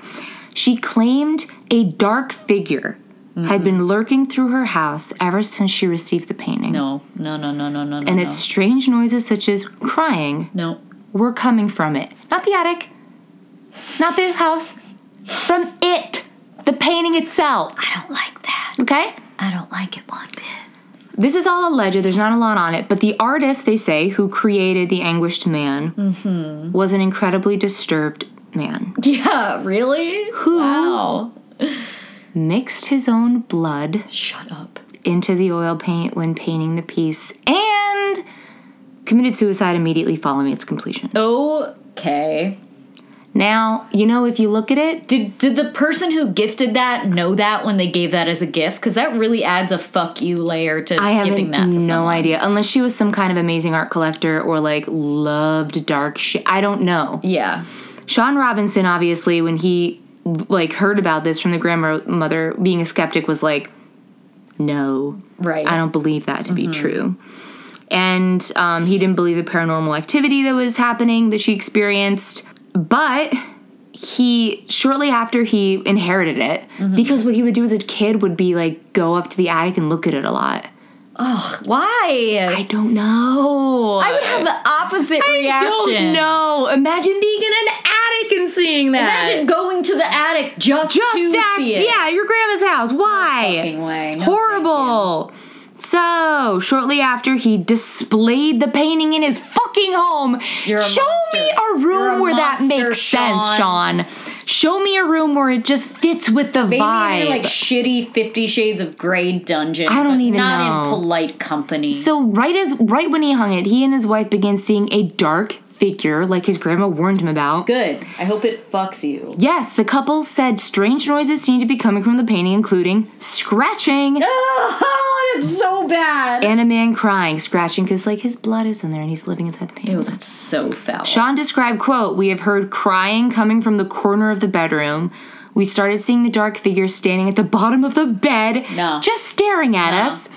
[SPEAKER 2] She claimed a dark figure had been lurking through her house ever since she received the painting.
[SPEAKER 1] No, no, no, no, no, no, no.
[SPEAKER 2] And that strange noises such as crying,
[SPEAKER 1] no.
[SPEAKER 2] were coming from it. Not the attic, not the house, from it, the painting itself.
[SPEAKER 1] I don't like that.
[SPEAKER 2] Okay?
[SPEAKER 1] I don't like it one bit.
[SPEAKER 2] This is all alleged, there's not a lot on it, but the artist, they say, who created The Anguished Man was an incredibly disturbed man.
[SPEAKER 1] Yeah, really? Who? Wow.
[SPEAKER 2] Mixed his own blood
[SPEAKER 1] Shut up.
[SPEAKER 2] into the oil paint when painting the piece and committed suicide immediately following its completion.
[SPEAKER 1] Okay.
[SPEAKER 2] Now, you know, if you look at it,
[SPEAKER 1] Did did the person who gifted that know that when they gave that as a gift? Because that really adds a fuck you layer to
[SPEAKER 2] I
[SPEAKER 1] giving
[SPEAKER 2] haven't
[SPEAKER 1] that to
[SPEAKER 2] no
[SPEAKER 1] someone.
[SPEAKER 2] idea. Unless she was some kind of amazing art collector or like loved dark shit. I don't know.
[SPEAKER 1] Yeah.
[SPEAKER 2] Sean Robinson, obviously, when he like heard about this from the grandmother, being a skeptic, was like, "No,
[SPEAKER 1] Right.
[SPEAKER 2] I don't believe that to
[SPEAKER 1] Mm-hmm.
[SPEAKER 2] be true." And um, he didn't believe the paranormal activity that was happening that she experienced, but he shortly after he inherited it
[SPEAKER 1] Mm-hmm.
[SPEAKER 2] because what he would do as a kid would be like go up to the attic and look at it a lot
[SPEAKER 1] Why?
[SPEAKER 2] I don't know.
[SPEAKER 1] I, would have the opposite reaction.
[SPEAKER 2] don't know. Imagine being in an attic and seeing that.
[SPEAKER 1] Imagine going to the attic just, to
[SPEAKER 2] just at
[SPEAKER 1] see it.
[SPEAKER 2] yeah, your grandma's house. Why?
[SPEAKER 1] Fucking way. No,
[SPEAKER 2] Horrible. So shortly after he displayed the painting in his fucking home.
[SPEAKER 1] You're a
[SPEAKER 2] Show
[SPEAKER 1] monster.
[SPEAKER 2] me a
[SPEAKER 1] You're
[SPEAKER 2] room
[SPEAKER 1] a
[SPEAKER 2] where that
[SPEAKER 1] monster,
[SPEAKER 2] makes sense, Sean. Show me a room where it just fits with the
[SPEAKER 1] Maybe
[SPEAKER 2] vibe.
[SPEAKER 1] in your, like shitty Fifty Shades of Grey dungeon.
[SPEAKER 2] I don't
[SPEAKER 1] but
[SPEAKER 2] even
[SPEAKER 1] not
[SPEAKER 2] know.
[SPEAKER 1] in polite company.
[SPEAKER 2] So right as right when he hung it, he and his wife began seeing a dark figure like his grandma warned him about.
[SPEAKER 1] Good. I hope it fucks you.
[SPEAKER 2] Yes, the couple said strange noises seemed to be coming from the painting, including scratching,
[SPEAKER 1] Oh, it's so bad.
[SPEAKER 2] and a man crying, scratching because like his blood is in there and he's living inside the pain.
[SPEAKER 1] Ew, that's so foul.
[SPEAKER 2] Sean described, quote, we have heard crying coming from the corner of the bedroom. We started seeing the dark figure standing at the bottom of the bed,
[SPEAKER 1] No.
[SPEAKER 2] just staring at us.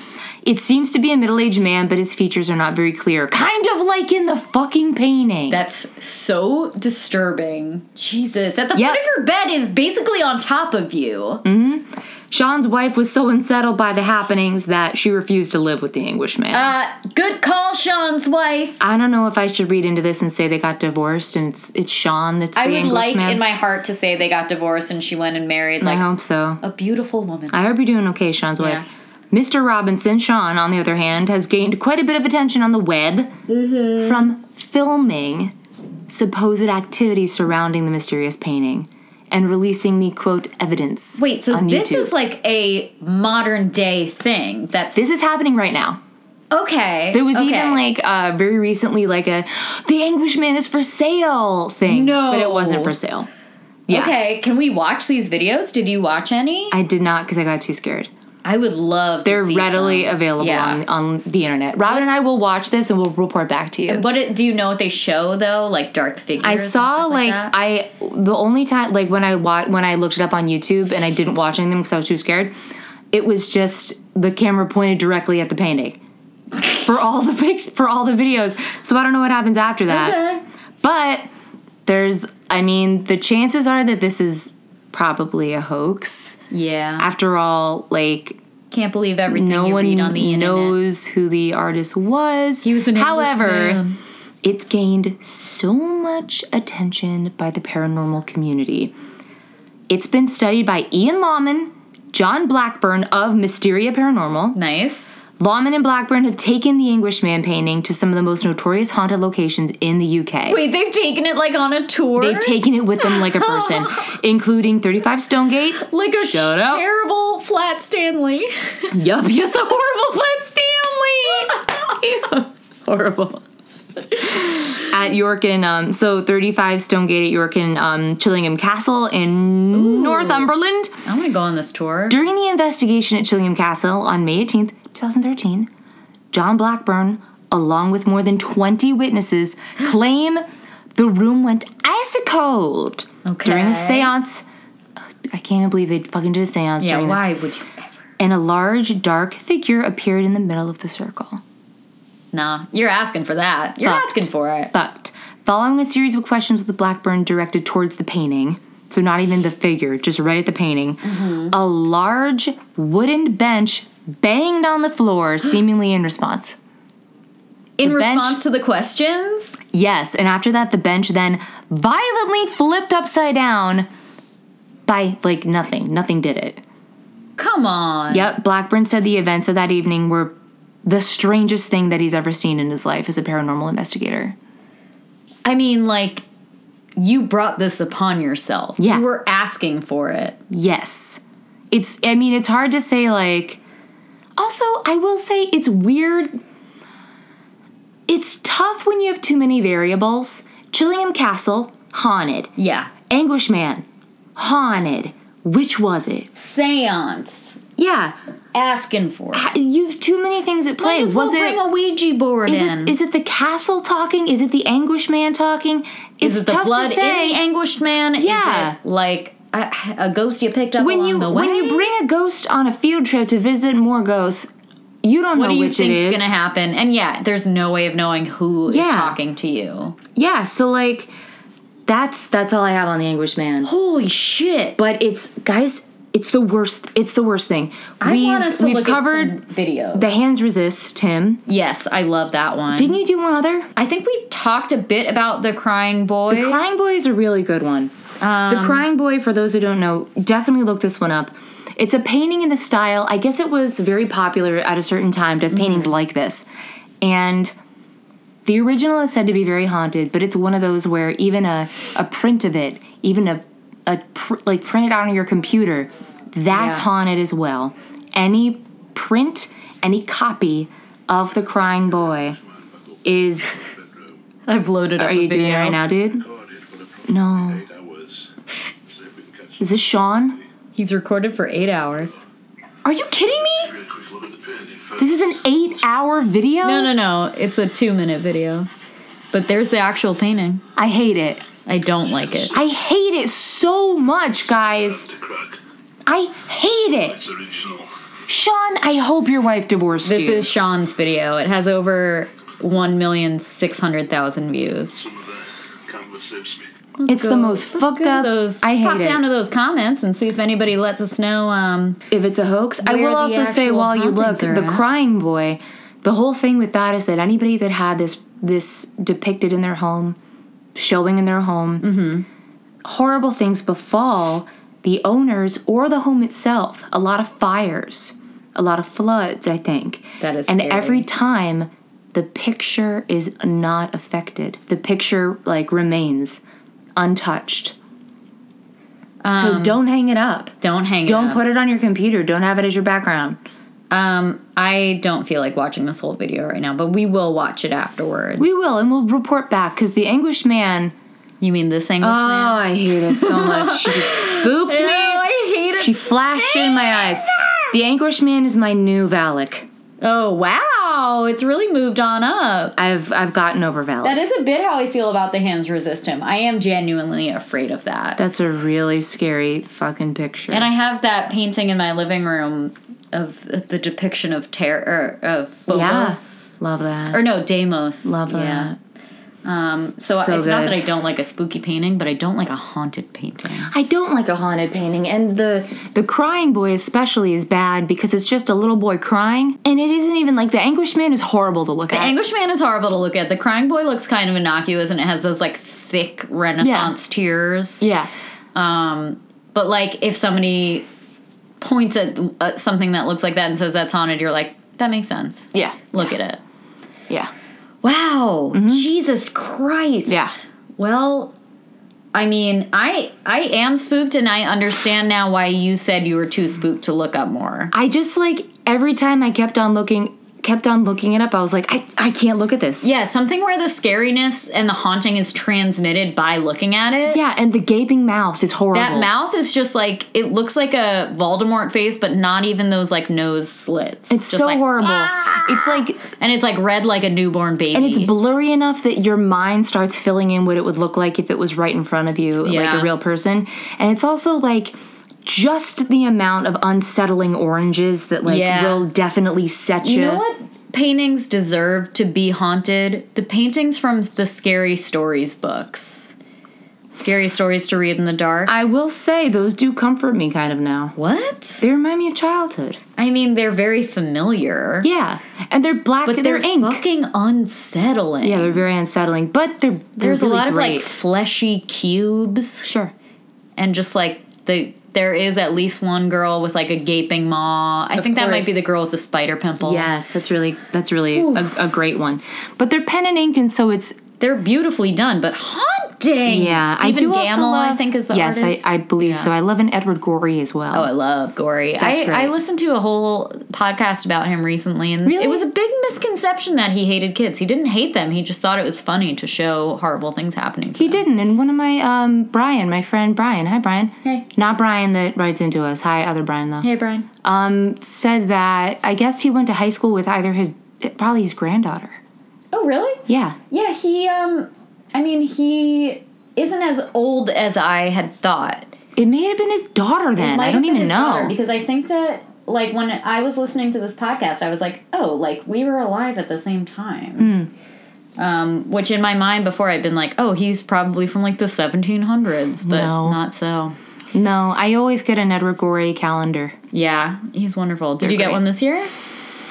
[SPEAKER 2] It seems to be a middle aged man, but his features are not very clear. Kind of like in the fucking painting.
[SPEAKER 1] That's so disturbing. Jesus, that the
[SPEAKER 2] Yep.
[SPEAKER 1] foot of your bed is basically on top of you.
[SPEAKER 2] Mm. Sean's wife was so unsettled by the happenings that she refused to live with the Englishman.
[SPEAKER 1] Uh, good call, Sean's wife.
[SPEAKER 2] I don't know if I should read into this and say they got divorced and it's it's Sean that's
[SPEAKER 1] I
[SPEAKER 2] the
[SPEAKER 1] would like
[SPEAKER 2] Englishman.
[SPEAKER 1] in my heart to say they got divorced and she went and married
[SPEAKER 2] I
[SPEAKER 1] like
[SPEAKER 2] hope so.
[SPEAKER 1] a beautiful woman.
[SPEAKER 2] Uh-huh. I hope you're doing okay, Sean's
[SPEAKER 1] Yeah.
[SPEAKER 2] wife. Mr. Robinson, Sean, on the other hand, has gained quite a bit of attention on the web
[SPEAKER 1] Mm-hmm.
[SPEAKER 2] from filming supposed activities surrounding the mysterious painting and releasing the quote evidence.
[SPEAKER 1] Wait, so
[SPEAKER 2] on
[SPEAKER 1] this
[SPEAKER 2] YouTube.
[SPEAKER 1] is like a modern day thing. That's
[SPEAKER 2] this is happening right now.
[SPEAKER 1] okay.
[SPEAKER 2] There was
[SPEAKER 1] okay.
[SPEAKER 2] even like uh, very recently like a the Englishman is for sale thing.
[SPEAKER 1] No.
[SPEAKER 2] but it wasn't for sale. Yeah,
[SPEAKER 1] Okay, can we watch these videos? Did you watch any?
[SPEAKER 2] I did not because I got too scared.
[SPEAKER 1] I would love.
[SPEAKER 2] They're
[SPEAKER 1] to see
[SPEAKER 2] readily
[SPEAKER 1] some.
[SPEAKER 2] available
[SPEAKER 1] Yeah.
[SPEAKER 2] on on the internet. Robin and I will watch this and we'll report back to you.
[SPEAKER 1] What it, do you know? What they show though, like dark figures.
[SPEAKER 2] I
[SPEAKER 1] and
[SPEAKER 2] saw
[SPEAKER 1] stuff
[SPEAKER 2] like,
[SPEAKER 1] that?
[SPEAKER 2] I the only time like when I wa- when I looked it up on YouTube and I didn't watch anything because I was too scared. It was just the camera pointed directly at the painting for all the pictures for all the videos. So I don't know what happens after that.
[SPEAKER 1] Okay.
[SPEAKER 2] But there's I mean the chances are that this is probably a hoax.
[SPEAKER 1] yeah.
[SPEAKER 2] After all, like
[SPEAKER 1] Can't believe everything
[SPEAKER 2] no
[SPEAKER 1] you
[SPEAKER 2] one
[SPEAKER 1] read on the internet.
[SPEAKER 2] knows who the artist was.
[SPEAKER 1] He was an
[SPEAKER 2] However,
[SPEAKER 1] Englishman.
[SPEAKER 2] it's gained so much attention by the paranormal community. It's been studied by Ian Lawman, John Blackburn of Mysteria Paranormal.
[SPEAKER 1] Nice.
[SPEAKER 2] Lawman and Blackburn have taken the Englishman painting to some of the most notorious haunted locations in the UK.
[SPEAKER 1] Wait, they've taken it like on a tour.
[SPEAKER 2] They've taken it with them like a person, including 35 Stonegate.
[SPEAKER 1] like a
[SPEAKER 2] Shout out.
[SPEAKER 1] terrible flat Stanley.
[SPEAKER 2] Yup, yes, a horrible
[SPEAKER 1] flat Stanley.
[SPEAKER 2] horrible. at York and um, so 35 Stonegate at York and um, Chillingham Castle in Northumberland.
[SPEAKER 1] I want to go on this tour.
[SPEAKER 2] During the investigation at Chillingham Castle on May 18th, 2013, John Blackburn, along with more than 20 witnesses, claim the room went ice cold during a
[SPEAKER 1] Okay.
[SPEAKER 2] seance. I can't even believe they fucking did a seance
[SPEAKER 1] yeah,
[SPEAKER 2] during this
[SPEAKER 1] why would you ever?
[SPEAKER 2] and a large dark figure appeared in the middle of the circle.
[SPEAKER 1] Nah, you're asking for that. You're
[SPEAKER 2] Fucked.
[SPEAKER 1] asking for it.
[SPEAKER 2] But following a series of questions with Blackburn directed towards the painting, so not even the figure, just right at the painting,
[SPEAKER 1] Mm-hmm.
[SPEAKER 2] a large wooden bench banged on the floor, seemingly in response.
[SPEAKER 1] In
[SPEAKER 2] The bench-
[SPEAKER 1] response to the questions,
[SPEAKER 2] Yes, and after that, the bench then violently flipped upside down by like nothing. Nothing did it.
[SPEAKER 1] come on.
[SPEAKER 2] Yep, Blackburn said the events of that evening were the strangest thing that he's ever seen in his life as a paranormal investigator.
[SPEAKER 1] I mean, like, you brought this upon yourself.
[SPEAKER 2] Yeah.
[SPEAKER 1] You were asking for it.
[SPEAKER 2] Yes. It's I mean it's hard to say like also I will say it's weird it's tough when you have too many variables. Chillingham Castle haunted.
[SPEAKER 1] Yeah.
[SPEAKER 2] Anguishman haunted. Which was it?
[SPEAKER 1] Seance.
[SPEAKER 2] Yeah,
[SPEAKER 1] Asking for it.
[SPEAKER 2] you've too many things at play. Was
[SPEAKER 1] Might as well
[SPEAKER 2] it
[SPEAKER 1] bring a Ouija board
[SPEAKER 2] is
[SPEAKER 1] in?
[SPEAKER 2] it is it the castle talking? Is it the Anguishman talking? It's
[SPEAKER 1] Is it the
[SPEAKER 2] tough
[SPEAKER 1] blood
[SPEAKER 2] to
[SPEAKER 1] in
[SPEAKER 2] say.
[SPEAKER 1] the anguished man?
[SPEAKER 2] Yeah.
[SPEAKER 1] Is it like a, a ghost you picked up
[SPEAKER 2] when
[SPEAKER 1] along
[SPEAKER 2] you
[SPEAKER 1] the way?
[SPEAKER 2] when you bring a ghost on a field trip to visit more ghosts, you don't
[SPEAKER 1] what
[SPEAKER 2] know
[SPEAKER 1] do you
[SPEAKER 2] which it
[SPEAKER 1] think's
[SPEAKER 2] is.
[SPEAKER 1] going to happen? And yeah, there's no way of knowing who is
[SPEAKER 2] Yeah.
[SPEAKER 1] talking to you.
[SPEAKER 2] yeah, so like that's that's all I have on the Englishman.
[SPEAKER 1] Holy shit!
[SPEAKER 2] But it's guys, it's the worst. It's the worst thing.
[SPEAKER 1] I
[SPEAKER 2] we've
[SPEAKER 1] want us to
[SPEAKER 2] we've
[SPEAKER 1] look
[SPEAKER 2] covered
[SPEAKER 1] at some video.
[SPEAKER 2] the hands resist him.
[SPEAKER 1] yes, I love that one.
[SPEAKER 2] Didn't you do one other?
[SPEAKER 1] I think we talked a bit about the crying boy.
[SPEAKER 2] The Crying Boy is a really good one.
[SPEAKER 1] Um,
[SPEAKER 2] the Crying Boy, for those who don't know, definitely look this one up. It's a painting in the style, I guess it was very popular at a certain time to
[SPEAKER 1] Mm-hmm.
[SPEAKER 2] have paintings like this. And the original is said to be very haunted, but it's one of those where even a, a print of it, even a, a pr- like print it out on your computer, that's
[SPEAKER 1] Yeah.
[SPEAKER 2] haunted as well. Any print, any copy of The Crying Boy is.
[SPEAKER 1] I've loaded up.
[SPEAKER 2] Are
[SPEAKER 1] a
[SPEAKER 2] you doing it
[SPEAKER 1] video.
[SPEAKER 2] right now, dude? No.
[SPEAKER 3] Eight hours. See if we can catch
[SPEAKER 2] Is this Sean?
[SPEAKER 1] He's recorded for eight hours.
[SPEAKER 2] Are you kidding me?
[SPEAKER 3] Very quick look at the pin. In fact,
[SPEAKER 2] This is an eight hour video?
[SPEAKER 1] No, no, no. It's a two minute video. But there's the actual painting.
[SPEAKER 2] I hate it.
[SPEAKER 1] I don't like it.
[SPEAKER 2] I hate it so much, guys.
[SPEAKER 3] The crack.
[SPEAKER 2] I hate it.
[SPEAKER 3] It's original.
[SPEAKER 2] Sean, I hope your wife divorced
[SPEAKER 1] This
[SPEAKER 2] you.
[SPEAKER 1] is Sean's video. It has over 1,600,000 views.
[SPEAKER 3] Some of the canvas saves me.
[SPEAKER 2] it's the most fucked up.
[SPEAKER 1] Those,
[SPEAKER 2] I
[SPEAKER 1] pop
[SPEAKER 2] hate it.
[SPEAKER 1] down to those comments and see if anybody lets us know. Um,
[SPEAKER 2] if it's a hoax. I
[SPEAKER 1] Where
[SPEAKER 2] will
[SPEAKER 1] the
[SPEAKER 2] also say
[SPEAKER 1] actual
[SPEAKER 2] while you look,
[SPEAKER 1] hauntings are
[SPEAKER 2] the
[SPEAKER 1] at.
[SPEAKER 2] crying boy, the whole thing with that is that anybody that had this this depicted in their home, showing in their home,
[SPEAKER 1] Mm-hmm.
[SPEAKER 2] horrible things befall the owners or the home itself. A lot of fires, a lot of floods, I think.
[SPEAKER 1] That is
[SPEAKER 2] And
[SPEAKER 1] scary.
[SPEAKER 2] every time the picture is not affected. The picture like remains untouched.
[SPEAKER 1] Um,
[SPEAKER 2] so don't hang it up.
[SPEAKER 1] don't hang.
[SPEAKER 2] Don't
[SPEAKER 1] it
[SPEAKER 2] put it on your computer. Don't have it as your background.
[SPEAKER 1] Um, I don't feel like watching this whole video right now, but we will watch it afterwards.
[SPEAKER 2] We will, and we'll report back because the anguished man.
[SPEAKER 1] you mean this Englishman?
[SPEAKER 2] Oh, I hate it so much. She just spooked
[SPEAKER 1] Ew,
[SPEAKER 2] me.
[SPEAKER 1] I hate it.
[SPEAKER 2] She flashed in my eyes. The anguished man is my new Valak.
[SPEAKER 1] oh wow, it's really moved on up.
[SPEAKER 2] I've I've gotten over Valak.
[SPEAKER 1] That is a bit how I feel about the hands resist him. I am genuinely afraid of that.
[SPEAKER 2] That's a really scary fucking picture.
[SPEAKER 1] and I have that painting in my living room of the depiction of terror of Phobos.
[SPEAKER 2] yes, love that.
[SPEAKER 1] Or no, Deimos.
[SPEAKER 2] love
[SPEAKER 1] Yeah. Um,
[SPEAKER 2] that.
[SPEAKER 1] So,
[SPEAKER 2] So
[SPEAKER 1] it's not
[SPEAKER 2] good.
[SPEAKER 1] that I don't like a spooky painting, but I don't like a haunted painting.
[SPEAKER 2] I don't like a haunted painting, and the the crying boy especially is bad because it's just a little boy crying, and it isn't even like the anguished man is horrible to look at.
[SPEAKER 1] Anguishman is horrible to look at. The Crying Boy looks kind of innocuous, and it has those like thick Renaissance tears.
[SPEAKER 2] yeah,
[SPEAKER 1] But like, if somebody points at, at something that looks like that and says that's haunted, you're like, that makes sense.
[SPEAKER 2] yeah,
[SPEAKER 1] Look at it.
[SPEAKER 2] yeah.
[SPEAKER 1] Wow, Jesus Christ.
[SPEAKER 2] Mm-hmm. Yeah.
[SPEAKER 1] Well, I mean, I I am spooked, and I understand now why you said you were too spooked to look up more.
[SPEAKER 2] I just like every time I kept on looking kept on looking it up, I was like, I, I can't look at this.
[SPEAKER 1] Yeah, something where the scariness and the haunting is transmitted by looking at it.
[SPEAKER 2] Yeah, and the gaping mouth is horrible.
[SPEAKER 1] That mouth is just like it looks like a Voldemort face, but not even those like nose slits.
[SPEAKER 2] It's
[SPEAKER 1] just
[SPEAKER 2] so
[SPEAKER 1] like,
[SPEAKER 2] horrible. It's like
[SPEAKER 1] and it's like red like a newborn baby.
[SPEAKER 2] and it's blurry enough that your mind starts filling in what it would look like if it was right in front of you, like
[SPEAKER 1] Yeah.
[SPEAKER 2] a real person. And it's also like just the amount of unsettling oranges that like
[SPEAKER 1] Yeah.
[SPEAKER 2] will definitely set you.
[SPEAKER 1] you know what paintings deserve to be haunted? The paintings from the Scary Stories books, Scary Stories to Read in the Dark.
[SPEAKER 2] I will say those do comfort me kind of now.
[SPEAKER 1] what?
[SPEAKER 2] They remind me of childhood.
[SPEAKER 1] I mean, they're very familiar,
[SPEAKER 2] Yeah, and they're black.
[SPEAKER 1] but
[SPEAKER 2] they're,
[SPEAKER 1] they're,
[SPEAKER 2] ink.
[SPEAKER 1] fucking unsettling.
[SPEAKER 2] Yeah, they're very unsettling, but they're, they're
[SPEAKER 1] There's
[SPEAKER 2] really
[SPEAKER 1] a lot
[SPEAKER 2] great.
[SPEAKER 1] of like fleshy cubes.
[SPEAKER 2] sure.
[SPEAKER 1] and just like the there is at least one girl with like a gaping maw. I think that might be
[SPEAKER 2] course.
[SPEAKER 1] the girl with the spider pimple.
[SPEAKER 2] Yes, that's really that's really a, a great one. But they're pen and ink, and so it's
[SPEAKER 1] they're beautifully done, but haunting.
[SPEAKER 2] yeah.
[SPEAKER 1] Stephen
[SPEAKER 2] I do
[SPEAKER 1] Gamble,
[SPEAKER 2] also love.
[SPEAKER 1] I think is the
[SPEAKER 2] yes,
[SPEAKER 1] artist.
[SPEAKER 2] I, I believe so. I love an Edward Gorey as well.
[SPEAKER 1] oh, I love Gory.
[SPEAKER 2] That's
[SPEAKER 1] I
[SPEAKER 2] great.
[SPEAKER 1] I listened to a whole podcast about him recently, and
[SPEAKER 2] Really?
[SPEAKER 1] it was a big misconception that he hated kids. He didn't hate them. He just thought it was funny to show horrible things happening. To
[SPEAKER 2] he didn't. And one of my um Brian, my friend Brian. Hi Brian.
[SPEAKER 1] Hey.
[SPEAKER 2] Not Brian that writes into us. Hi, other Brian though.
[SPEAKER 1] Hey, Brian.
[SPEAKER 2] Um, said that I guess he went to high school with either his probably his granddaughter.
[SPEAKER 1] Oh, really?
[SPEAKER 2] Yeah.
[SPEAKER 1] Yeah, he. Um, I mean, he isn't as old as I had thought.
[SPEAKER 2] It may have been his daughter then.
[SPEAKER 1] might
[SPEAKER 2] I
[SPEAKER 1] have
[SPEAKER 2] don't
[SPEAKER 1] been
[SPEAKER 2] even
[SPEAKER 1] his
[SPEAKER 2] know.
[SPEAKER 1] daughter, because I think that like when I was listening to this podcast, I was like, oh, like we were alive at the same time.
[SPEAKER 2] Hmm.
[SPEAKER 1] Um, which in my mind before I'd been like, oh, he's probably from like the 1700s, but
[SPEAKER 2] No.
[SPEAKER 1] not so.
[SPEAKER 2] No, I always get an Edward Gorey calendar.
[SPEAKER 1] Yeah, he's wonderful. Did you get
[SPEAKER 2] great.
[SPEAKER 1] one this year?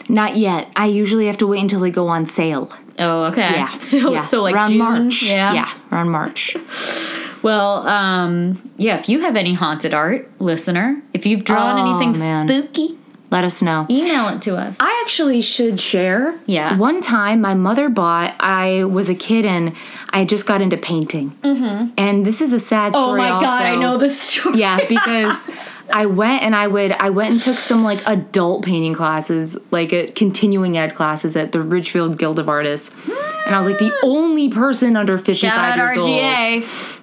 [SPEAKER 2] Not yet. I usually have to wait until they go on sale.
[SPEAKER 1] Oh, okay.
[SPEAKER 2] Yeah.
[SPEAKER 1] So
[SPEAKER 2] yeah.
[SPEAKER 1] so like
[SPEAKER 2] around
[SPEAKER 1] June?
[SPEAKER 2] March.
[SPEAKER 1] Yeah.
[SPEAKER 2] Yeah. Around March.
[SPEAKER 1] Well, um, yeah. If you have any haunted art, listener, if you've drawn
[SPEAKER 2] Oh,
[SPEAKER 1] anything
[SPEAKER 2] man.
[SPEAKER 1] spooky,
[SPEAKER 2] Let us know.
[SPEAKER 1] email it to us.
[SPEAKER 2] I actually should share.
[SPEAKER 1] Yeah.
[SPEAKER 2] One time my mother bought, I was a kid and I just got into painting. Mm-hmm. And this is a sad story.
[SPEAKER 1] oh my god, I
[SPEAKER 2] also.
[SPEAKER 1] know this story.
[SPEAKER 2] Yeah, because I went and I would I went and took some like adult painting classes, like at continuing ed classes at the Ridgefield Guild of Artists. And I was like the only person under 55
[SPEAKER 1] Hmm. Shout out
[SPEAKER 2] years old.
[SPEAKER 1] RGA.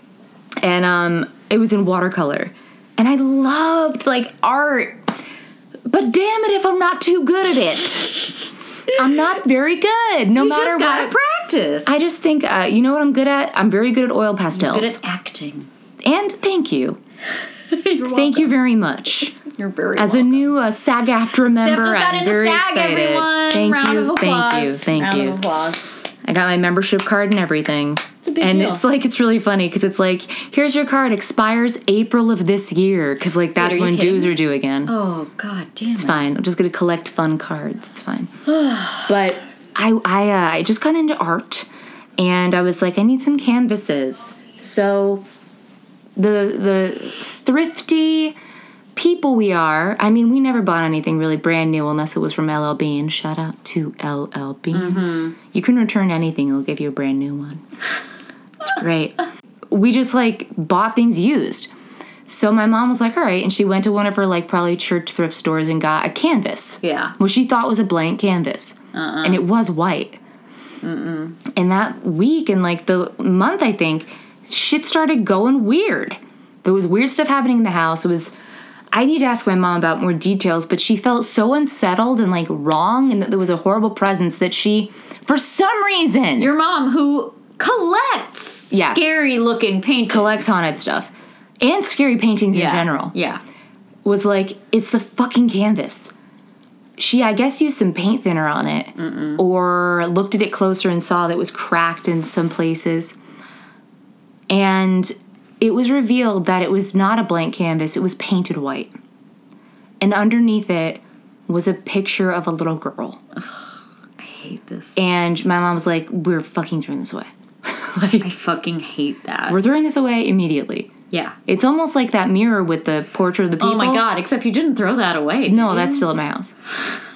[SPEAKER 2] and um, it was in watercolor. And I loved like art. But damn it if I'm not too good at it. I'm not very good, no
[SPEAKER 1] You
[SPEAKER 2] matter
[SPEAKER 1] just
[SPEAKER 2] what.
[SPEAKER 1] gotta practice.
[SPEAKER 2] I just think, uh, you know what I'm good at? I'm very good at oil pastels.
[SPEAKER 1] good at acting.
[SPEAKER 2] and thank you.
[SPEAKER 1] You're
[SPEAKER 2] Thank you very much.
[SPEAKER 1] You're very
[SPEAKER 2] As a new uh, SAG after
[SPEAKER 1] Steph
[SPEAKER 2] member,
[SPEAKER 1] just got
[SPEAKER 2] I'm
[SPEAKER 1] into
[SPEAKER 2] very
[SPEAKER 1] SAG,
[SPEAKER 2] excited.
[SPEAKER 1] everyone.
[SPEAKER 2] Thank
[SPEAKER 1] Round
[SPEAKER 2] you,
[SPEAKER 1] of applause.
[SPEAKER 2] thank you, thank
[SPEAKER 1] Round
[SPEAKER 2] you.
[SPEAKER 1] Of applause.
[SPEAKER 2] I got my membership card and everything.
[SPEAKER 1] a big
[SPEAKER 2] and
[SPEAKER 1] deal.
[SPEAKER 2] it's like it's really funny because it's like here's your card expires April of this year because like that's
[SPEAKER 1] are you
[SPEAKER 2] when
[SPEAKER 1] kidding
[SPEAKER 2] dues
[SPEAKER 1] me?
[SPEAKER 2] are due again.
[SPEAKER 1] Oh god, damn
[SPEAKER 2] It's fine. I'm just gonna collect fun cards. It's fine. but I I uh, I just got into art and I was like I need some canvases. So the the thrifty people we are. I mean, we never bought anything really brand new unless it was from LL Bean. Shout out to LL Bean. You can return anything; it'll give you a brand new one. it's great. We just like bought things used. So my mom was like, "All right," and she went to one of her like probably church thrift stores and got a canvas.
[SPEAKER 1] Yeah.
[SPEAKER 2] What she thought was a blank canvas, and it was white. Mm-mm. And that week and like the month, I think shit started going weird. There was weird stuff happening in the house. It was. I need to ask my mom about more details, but she felt so unsettled and like wrong, and that there was a horrible presence that she, for some reason,
[SPEAKER 1] Your mom who collects
[SPEAKER 2] Yes.
[SPEAKER 1] scary looking paint
[SPEAKER 2] collects haunted stuff and scary paintings in general.
[SPEAKER 1] Yeah.
[SPEAKER 2] was like, it's the fucking canvas. She, I guess, used some paint thinner on it or looked at it closer and saw that it was cracked in some places. And it was revealed that it was not a blank canvas, it was painted white. And underneath it was a picture of a little girl.
[SPEAKER 1] I hate this.
[SPEAKER 2] And my mom was like, we're fucking throwing this away.
[SPEAKER 1] I
[SPEAKER 2] like,
[SPEAKER 1] fucking hate that.
[SPEAKER 2] we're throwing this away immediately.
[SPEAKER 1] yeah.
[SPEAKER 2] It's almost like that mirror with the portrait of the people.
[SPEAKER 1] Oh my god, except you didn't throw that away.
[SPEAKER 2] No, that's still at my house.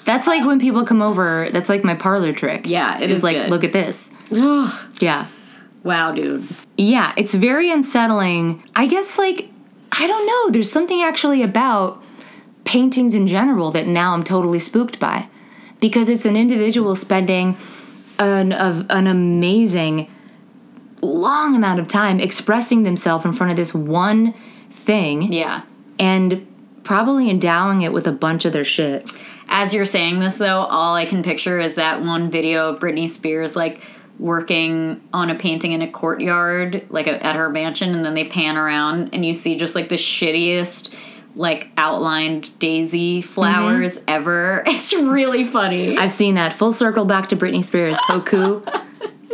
[SPEAKER 2] That's like when people come over. That's like my parlor trick.
[SPEAKER 1] Yeah, it
[SPEAKER 2] It's
[SPEAKER 1] is
[SPEAKER 2] like,
[SPEAKER 1] good.
[SPEAKER 2] look at this. Yeah,
[SPEAKER 1] wow, dude.
[SPEAKER 2] yeah. It's very unsettling. I guess like I don't know. There's something actually about paintings in general that now I'm totally spooked by, because it's an individual spending an of an amazing long amount of time expressing themselves in front of this one thing
[SPEAKER 1] Yeah.
[SPEAKER 2] and probably endowing it with a bunch of their shit.
[SPEAKER 1] As you're saying this though, all I can picture is that one video of Britney Spears like working on a painting in a courtyard, like a, at her mansion, and then they pan around and you see just like the shittiest like outlined daisy flowers
[SPEAKER 2] Mm-hmm.
[SPEAKER 1] ever. It's really funny.
[SPEAKER 2] I've seen that full circle back to Britney Spears, Hoku,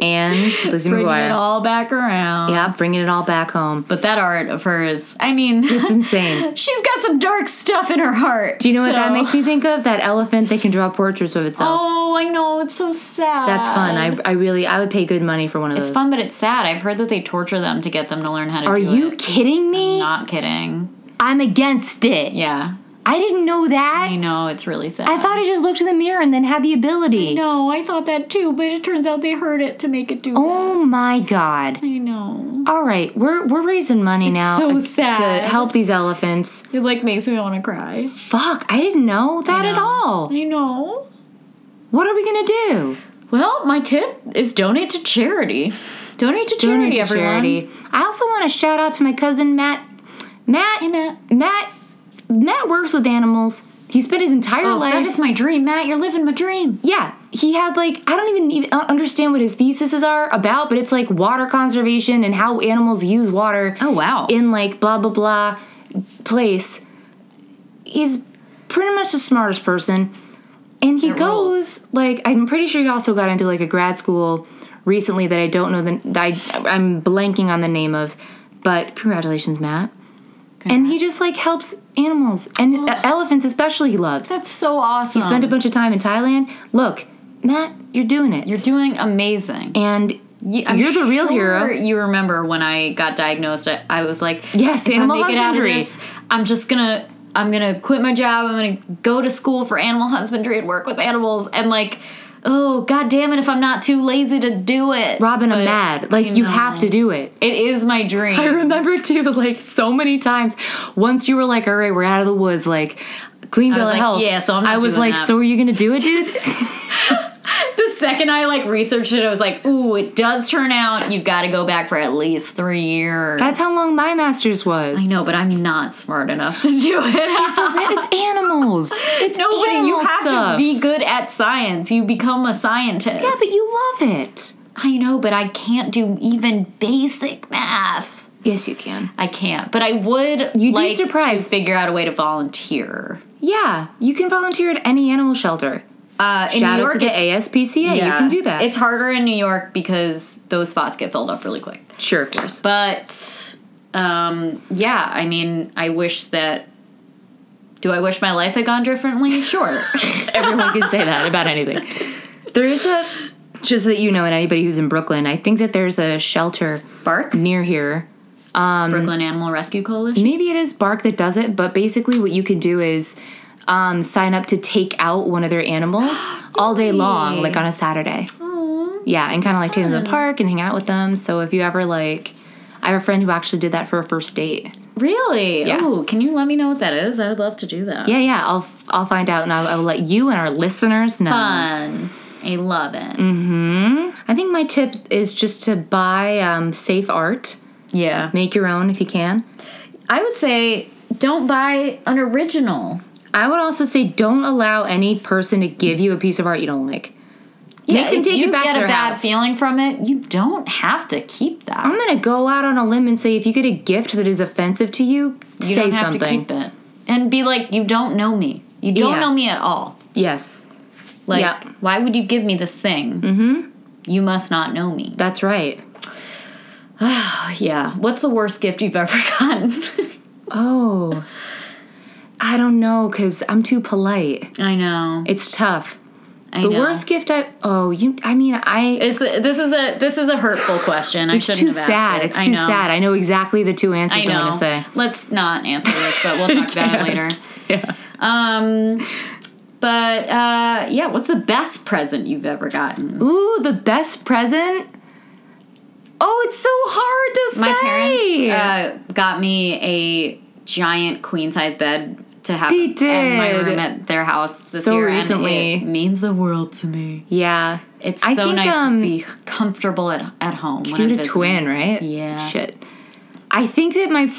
[SPEAKER 2] and Lizzie
[SPEAKER 1] bringing it
[SPEAKER 2] McGuire.
[SPEAKER 1] all back around.
[SPEAKER 2] Yeah, bringing it all back home.
[SPEAKER 1] But that art of hers, I mean,
[SPEAKER 2] It's insane.
[SPEAKER 1] she's got some dark stuff in her heart.
[SPEAKER 2] Do you know what that makes me think of? That elephant that can draw portraits of itself.
[SPEAKER 1] Oh, I know. It's so sad.
[SPEAKER 2] That's fun. I, I really I would pay good money for one of
[SPEAKER 1] It's
[SPEAKER 2] those.
[SPEAKER 1] fun, but it's sad. I've heard that they torture them to get them to learn how to
[SPEAKER 2] Are
[SPEAKER 1] do
[SPEAKER 2] you
[SPEAKER 1] it.
[SPEAKER 2] kidding me?
[SPEAKER 1] Not kidding.
[SPEAKER 2] I'm against it.
[SPEAKER 1] Yeah.
[SPEAKER 2] I didn't know that.
[SPEAKER 1] I know. It's really sad.
[SPEAKER 2] I thought I just looked in the mirror and then had the ability.
[SPEAKER 1] No, I thought that too, but it turns out they heard it to make it do that.
[SPEAKER 2] Oh my god.
[SPEAKER 1] I know.
[SPEAKER 2] All right, we're we're raising money now
[SPEAKER 1] so
[SPEAKER 2] uh,
[SPEAKER 1] sad.
[SPEAKER 2] to help these elephants.
[SPEAKER 1] It like makes me want to cry.
[SPEAKER 2] Fuck, I didn't know that at all.
[SPEAKER 1] I know.
[SPEAKER 2] What are we going to do?
[SPEAKER 1] Well, my tip is donate to charity. Donate to charity,
[SPEAKER 2] Donate to
[SPEAKER 1] everyone.
[SPEAKER 2] charity. I also want to shout out to my cousin Matt. Matt, Matt, Matt, works with animals. He spent his entire
[SPEAKER 1] Oh, that
[SPEAKER 2] life.
[SPEAKER 1] is my dream, Matt. You're living my dream.
[SPEAKER 2] yeah, he had like I don't even even understand what his theses are about, but it's like water conservation and how animals use water.
[SPEAKER 1] Oh, wow.
[SPEAKER 2] In like blah blah blah place. He's pretty much the smartest person. And he
[SPEAKER 1] That
[SPEAKER 2] goes
[SPEAKER 1] rules.
[SPEAKER 2] like I'm pretty sure he also got into like a grad school recently that I don't know the that I I'm blanking on the name of, but congratulations, Matt. And he just like helps animals and uh, elephants especially he loves.
[SPEAKER 1] That's so awesome.
[SPEAKER 2] Spent a bunch of time in Thailand. Look, Matt, you're doing it.
[SPEAKER 1] You're doing amazing.
[SPEAKER 2] and
[SPEAKER 1] I'm
[SPEAKER 2] you're the real
[SPEAKER 1] sure
[SPEAKER 2] hero.
[SPEAKER 1] You remember when I got diagnosed? I, I was like,
[SPEAKER 2] Yes,
[SPEAKER 1] if I
[SPEAKER 2] animal
[SPEAKER 1] make it out of
[SPEAKER 2] husbandry.
[SPEAKER 1] this, I'm just gonna, I'm gonna quit my job. I'm gonna go to school for animal husbandry and work with animals. And like, oh god damn it, if I'm not too lazy to do it,
[SPEAKER 2] Robin, I'm
[SPEAKER 1] But
[SPEAKER 2] mad. Like you
[SPEAKER 1] know.
[SPEAKER 2] have to do it.
[SPEAKER 1] It is my dream.
[SPEAKER 2] I remember too, like so many times. Once you were like, "All right, we're out of the woods," like clean bill of
[SPEAKER 1] like,
[SPEAKER 2] health.
[SPEAKER 1] "Yeah, so I'm not
[SPEAKER 2] I was
[SPEAKER 1] doing
[SPEAKER 2] like,
[SPEAKER 1] that."
[SPEAKER 2] "So are you gonna do it, dude?"
[SPEAKER 1] the second I like researched it, I was like, ooh, it does turn out you've got to go back for at least three years.
[SPEAKER 2] That's how long my master's was.
[SPEAKER 1] I know, but I'm not smart enough to do it.
[SPEAKER 2] It's, a, it's animals. animals. It's
[SPEAKER 1] No way. You
[SPEAKER 2] animal
[SPEAKER 1] have to
[SPEAKER 2] stuff.
[SPEAKER 1] be good at science. You become a scientist.
[SPEAKER 2] Yeah, but you love it.
[SPEAKER 1] I know, but I can't do even basic math.
[SPEAKER 2] Yes, you can.
[SPEAKER 1] I can't, but I would
[SPEAKER 2] You'd be
[SPEAKER 1] like
[SPEAKER 2] surprised.
[SPEAKER 1] to figure out a way to volunteer.
[SPEAKER 2] Yeah, you can volunteer at any animal shelter.
[SPEAKER 1] Uh, in
[SPEAKER 2] Shout
[SPEAKER 1] New
[SPEAKER 2] out
[SPEAKER 1] York,
[SPEAKER 2] to the
[SPEAKER 1] it's-
[SPEAKER 2] ASPCA. You
[SPEAKER 1] yeah.
[SPEAKER 2] can do that.
[SPEAKER 1] It's harder in New York because those spots get filled up really quick.
[SPEAKER 2] sure, of course.
[SPEAKER 1] But um, yeah, I mean, I wish that. Do I wish my life had gone differently? Sure.
[SPEAKER 2] Everyone can say that about anything. There's a just so that you know, and anybody who's in Brooklyn, I think that there's a shelter
[SPEAKER 1] Bark,
[SPEAKER 2] near here.
[SPEAKER 1] Brooklyn Animal Rescue Coalition.
[SPEAKER 2] Maybe it is Bark that does it, but basically what you can do is um, sign up to take out one of their animals all day long, like on a Saturday.
[SPEAKER 1] Oh, Mm-hmm.
[SPEAKER 2] Yeah, and kind of like take them to the park and hang out with them. So if you ever like, I have a friend who actually did that for a first date.
[SPEAKER 1] Really?
[SPEAKER 2] Yeah.
[SPEAKER 1] Oh, can you let me know what that is? I would love to do that.
[SPEAKER 2] Yeah, yeah. I'll I'll find out, and I'll, I'll let you and our listeners know.
[SPEAKER 1] Fun. I love it.
[SPEAKER 2] I think my tip is just to buy um, safe art.
[SPEAKER 1] Yeah.
[SPEAKER 2] Make your own if you can.
[SPEAKER 1] I would say don't buy an original.
[SPEAKER 2] I would also say don't allow any person to give you a piece of art you don't like. Make them
[SPEAKER 1] if
[SPEAKER 2] take
[SPEAKER 1] you
[SPEAKER 2] it back
[SPEAKER 1] get
[SPEAKER 2] to
[SPEAKER 1] a
[SPEAKER 2] their
[SPEAKER 1] bad
[SPEAKER 2] house.
[SPEAKER 1] feeling from it, you don't have to keep that.
[SPEAKER 2] I'm gonna go out on a limb and say if you get a gift that is offensive to you,
[SPEAKER 1] you
[SPEAKER 2] say
[SPEAKER 1] don't have
[SPEAKER 2] something.
[SPEAKER 1] to keep it. And be like, you don't know me. You don't
[SPEAKER 2] Yeah.
[SPEAKER 1] know me at all.
[SPEAKER 2] Yes,
[SPEAKER 1] Like,
[SPEAKER 2] Yeah.
[SPEAKER 1] why would you give me this thing? Mm-hmm. You must not know me.
[SPEAKER 2] that's right.
[SPEAKER 1] Yeah. What's the worst gift you've ever gotten?
[SPEAKER 2] Oh, I don't know because I'm too polite.
[SPEAKER 1] I know.
[SPEAKER 2] It's tough.
[SPEAKER 1] I
[SPEAKER 2] The
[SPEAKER 1] know.
[SPEAKER 2] worst gift I oh you I mean I
[SPEAKER 1] It's this is a this is a hurtful question. I
[SPEAKER 2] It's
[SPEAKER 1] shouldn't
[SPEAKER 2] too
[SPEAKER 1] have asked
[SPEAKER 2] sad.
[SPEAKER 1] it.
[SPEAKER 2] It's
[SPEAKER 1] I
[SPEAKER 2] too
[SPEAKER 1] know.
[SPEAKER 2] sad. I know exactly the two answers
[SPEAKER 1] I
[SPEAKER 2] I'm
[SPEAKER 1] know.
[SPEAKER 2] going to say.
[SPEAKER 1] Let's not answer this, but we'll talk about it later.
[SPEAKER 2] Yeah.
[SPEAKER 1] Um, but uh, yeah, what's the best present you've ever gotten?
[SPEAKER 2] Ooh, the best present? Oh, it's so hard to say.
[SPEAKER 1] My parents uh, got me a giant queen size bed to have
[SPEAKER 2] They
[SPEAKER 1] in my
[SPEAKER 2] did.
[SPEAKER 1] room at their house this
[SPEAKER 2] So
[SPEAKER 1] year,
[SPEAKER 2] recently.
[SPEAKER 1] and it means the world to me.
[SPEAKER 2] yeah.
[SPEAKER 1] It's
[SPEAKER 2] I
[SPEAKER 1] so
[SPEAKER 2] think,
[SPEAKER 1] nice to
[SPEAKER 2] um,
[SPEAKER 1] be comfortable at, at home. When
[SPEAKER 2] You
[SPEAKER 1] I'm
[SPEAKER 2] had a
[SPEAKER 1] visiting.
[SPEAKER 2] twin, right?
[SPEAKER 1] Yeah.
[SPEAKER 2] Shit. I think that my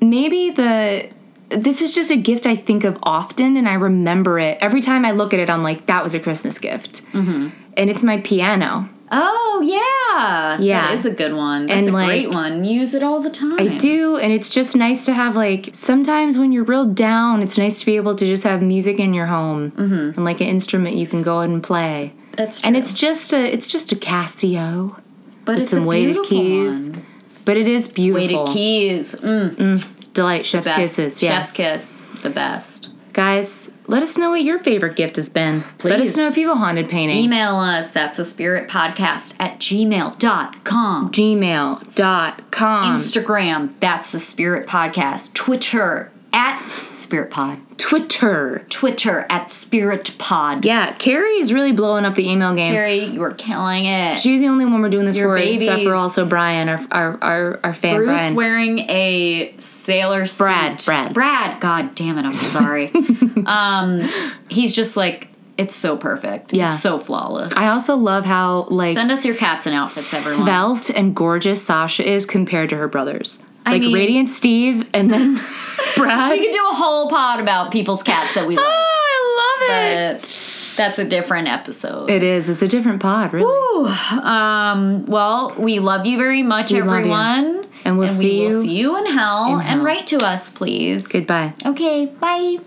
[SPEAKER 2] maybe the this is just a gift I think of often and I remember it. Every time I look at it, I'm like, that was a Christmas gift. Mm-hmm. And it's my piano.
[SPEAKER 1] Oh yeah,
[SPEAKER 2] Yeah.
[SPEAKER 1] that is a good one. That's
[SPEAKER 2] And,
[SPEAKER 1] a
[SPEAKER 2] like,
[SPEAKER 1] great one. Use it all the time.
[SPEAKER 2] I do, and it's just nice to have like sometimes when you're real down, it's nice to be able to just have music in your home
[SPEAKER 1] Mm-hmm.
[SPEAKER 2] and like an instrument you can go out and play.
[SPEAKER 1] That's true.
[SPEAKER 2] And it's just a it's just a Casio,
[SPEAKER 1] but it's
[SPEAKER 2] some
[SPEAKER 1] a
[SPEAKER 2] weighted
[SPEAKER 1] beautiful
[SPEAKER 2] keys,
[SPEAKER 1] one.
[SPEAKER 2] but it is beautiful.
[SPEAKER 1] Weighted keys. Mm,
[SPEAKER 2] Delight, chef's
[SPEAKER 1] best.
[SPEAKER 2] kisses, yes.
[SPEAKER 1] Chef's kiss. The best.
[SPEAKER 2] Guys, let us know what your favorite gift has been. Let us
[SPEAKER 1] Please.
[SPEAKER 2] know if you have a haunted painting.
[SPEAKER 1] Email us. That's a spirit podcast at gmail.com.
[SPEAKER 2] Gmail.com.
[SPEAKER 1] Instagram. That's the spirit podcast. Twitter at spirit pod.
[SPEAKER 2] Twitter.
[SPEAKER 1] Twitter at spirit pod.
[SPEAKER 2] Yeah, Carrie is really blowing up the email game.
[SPEAKER 1] Carrie, you are killing it.
[SPEAKER 2] She's the only one we're doing this
[SPEAKER 1] Your
[SPEAKER 2] for, except
[SPEAKER 1] babies.
[SPEAKER 2] for also Brian, our our our, our fan
[SPEAKER 1] Bruce
[SPEAKER 2] Brian.
[SPEAKER 1] wearing a sailor suit.
[SPEAKER 2] Brad, Brad.
[SPEAKER 1] Brad. God damn it. I'm sorry. um, he's just like, it's so perfect.
[SPEAKER 2] Yeah.
[SPEAKER 1] It's so flawless.
[SPEAKER 2] I also love how like
[SPEAKER 1] Send us your cats and outfits, everyone.
[SPEAKER 2] svelte and gorgeous Sasha is compared to her brothers. Like
[SPEAKER 1] mean-
[SPEAKER 2] Radiant Steve and then Brad.
[SPEAKER 1] We could do a whole pod about people's cats that we like.
[SPEAKER 2] oh, I love it.
[SPEAKER 1] but that's a different episode.
[SPEAKER 2] it is. It's a different pod, really.
[SPEAKER 1] Ooh, um, well, we love you very much,
[SPEAKER 2] love you.
[SPEAKER 1] everyone.
[SPEAKER 2] And we'll see
[SPEAKER 1] we will
[SPEAKER 2] you
[SPEAKER 1] see you in hell.
[SPEAKER 2] in hell.
[SPEAKER 1] And write to us, please.
[SPEAKER 2] Goodbye.
[SPEAKER 1] Okay, bye.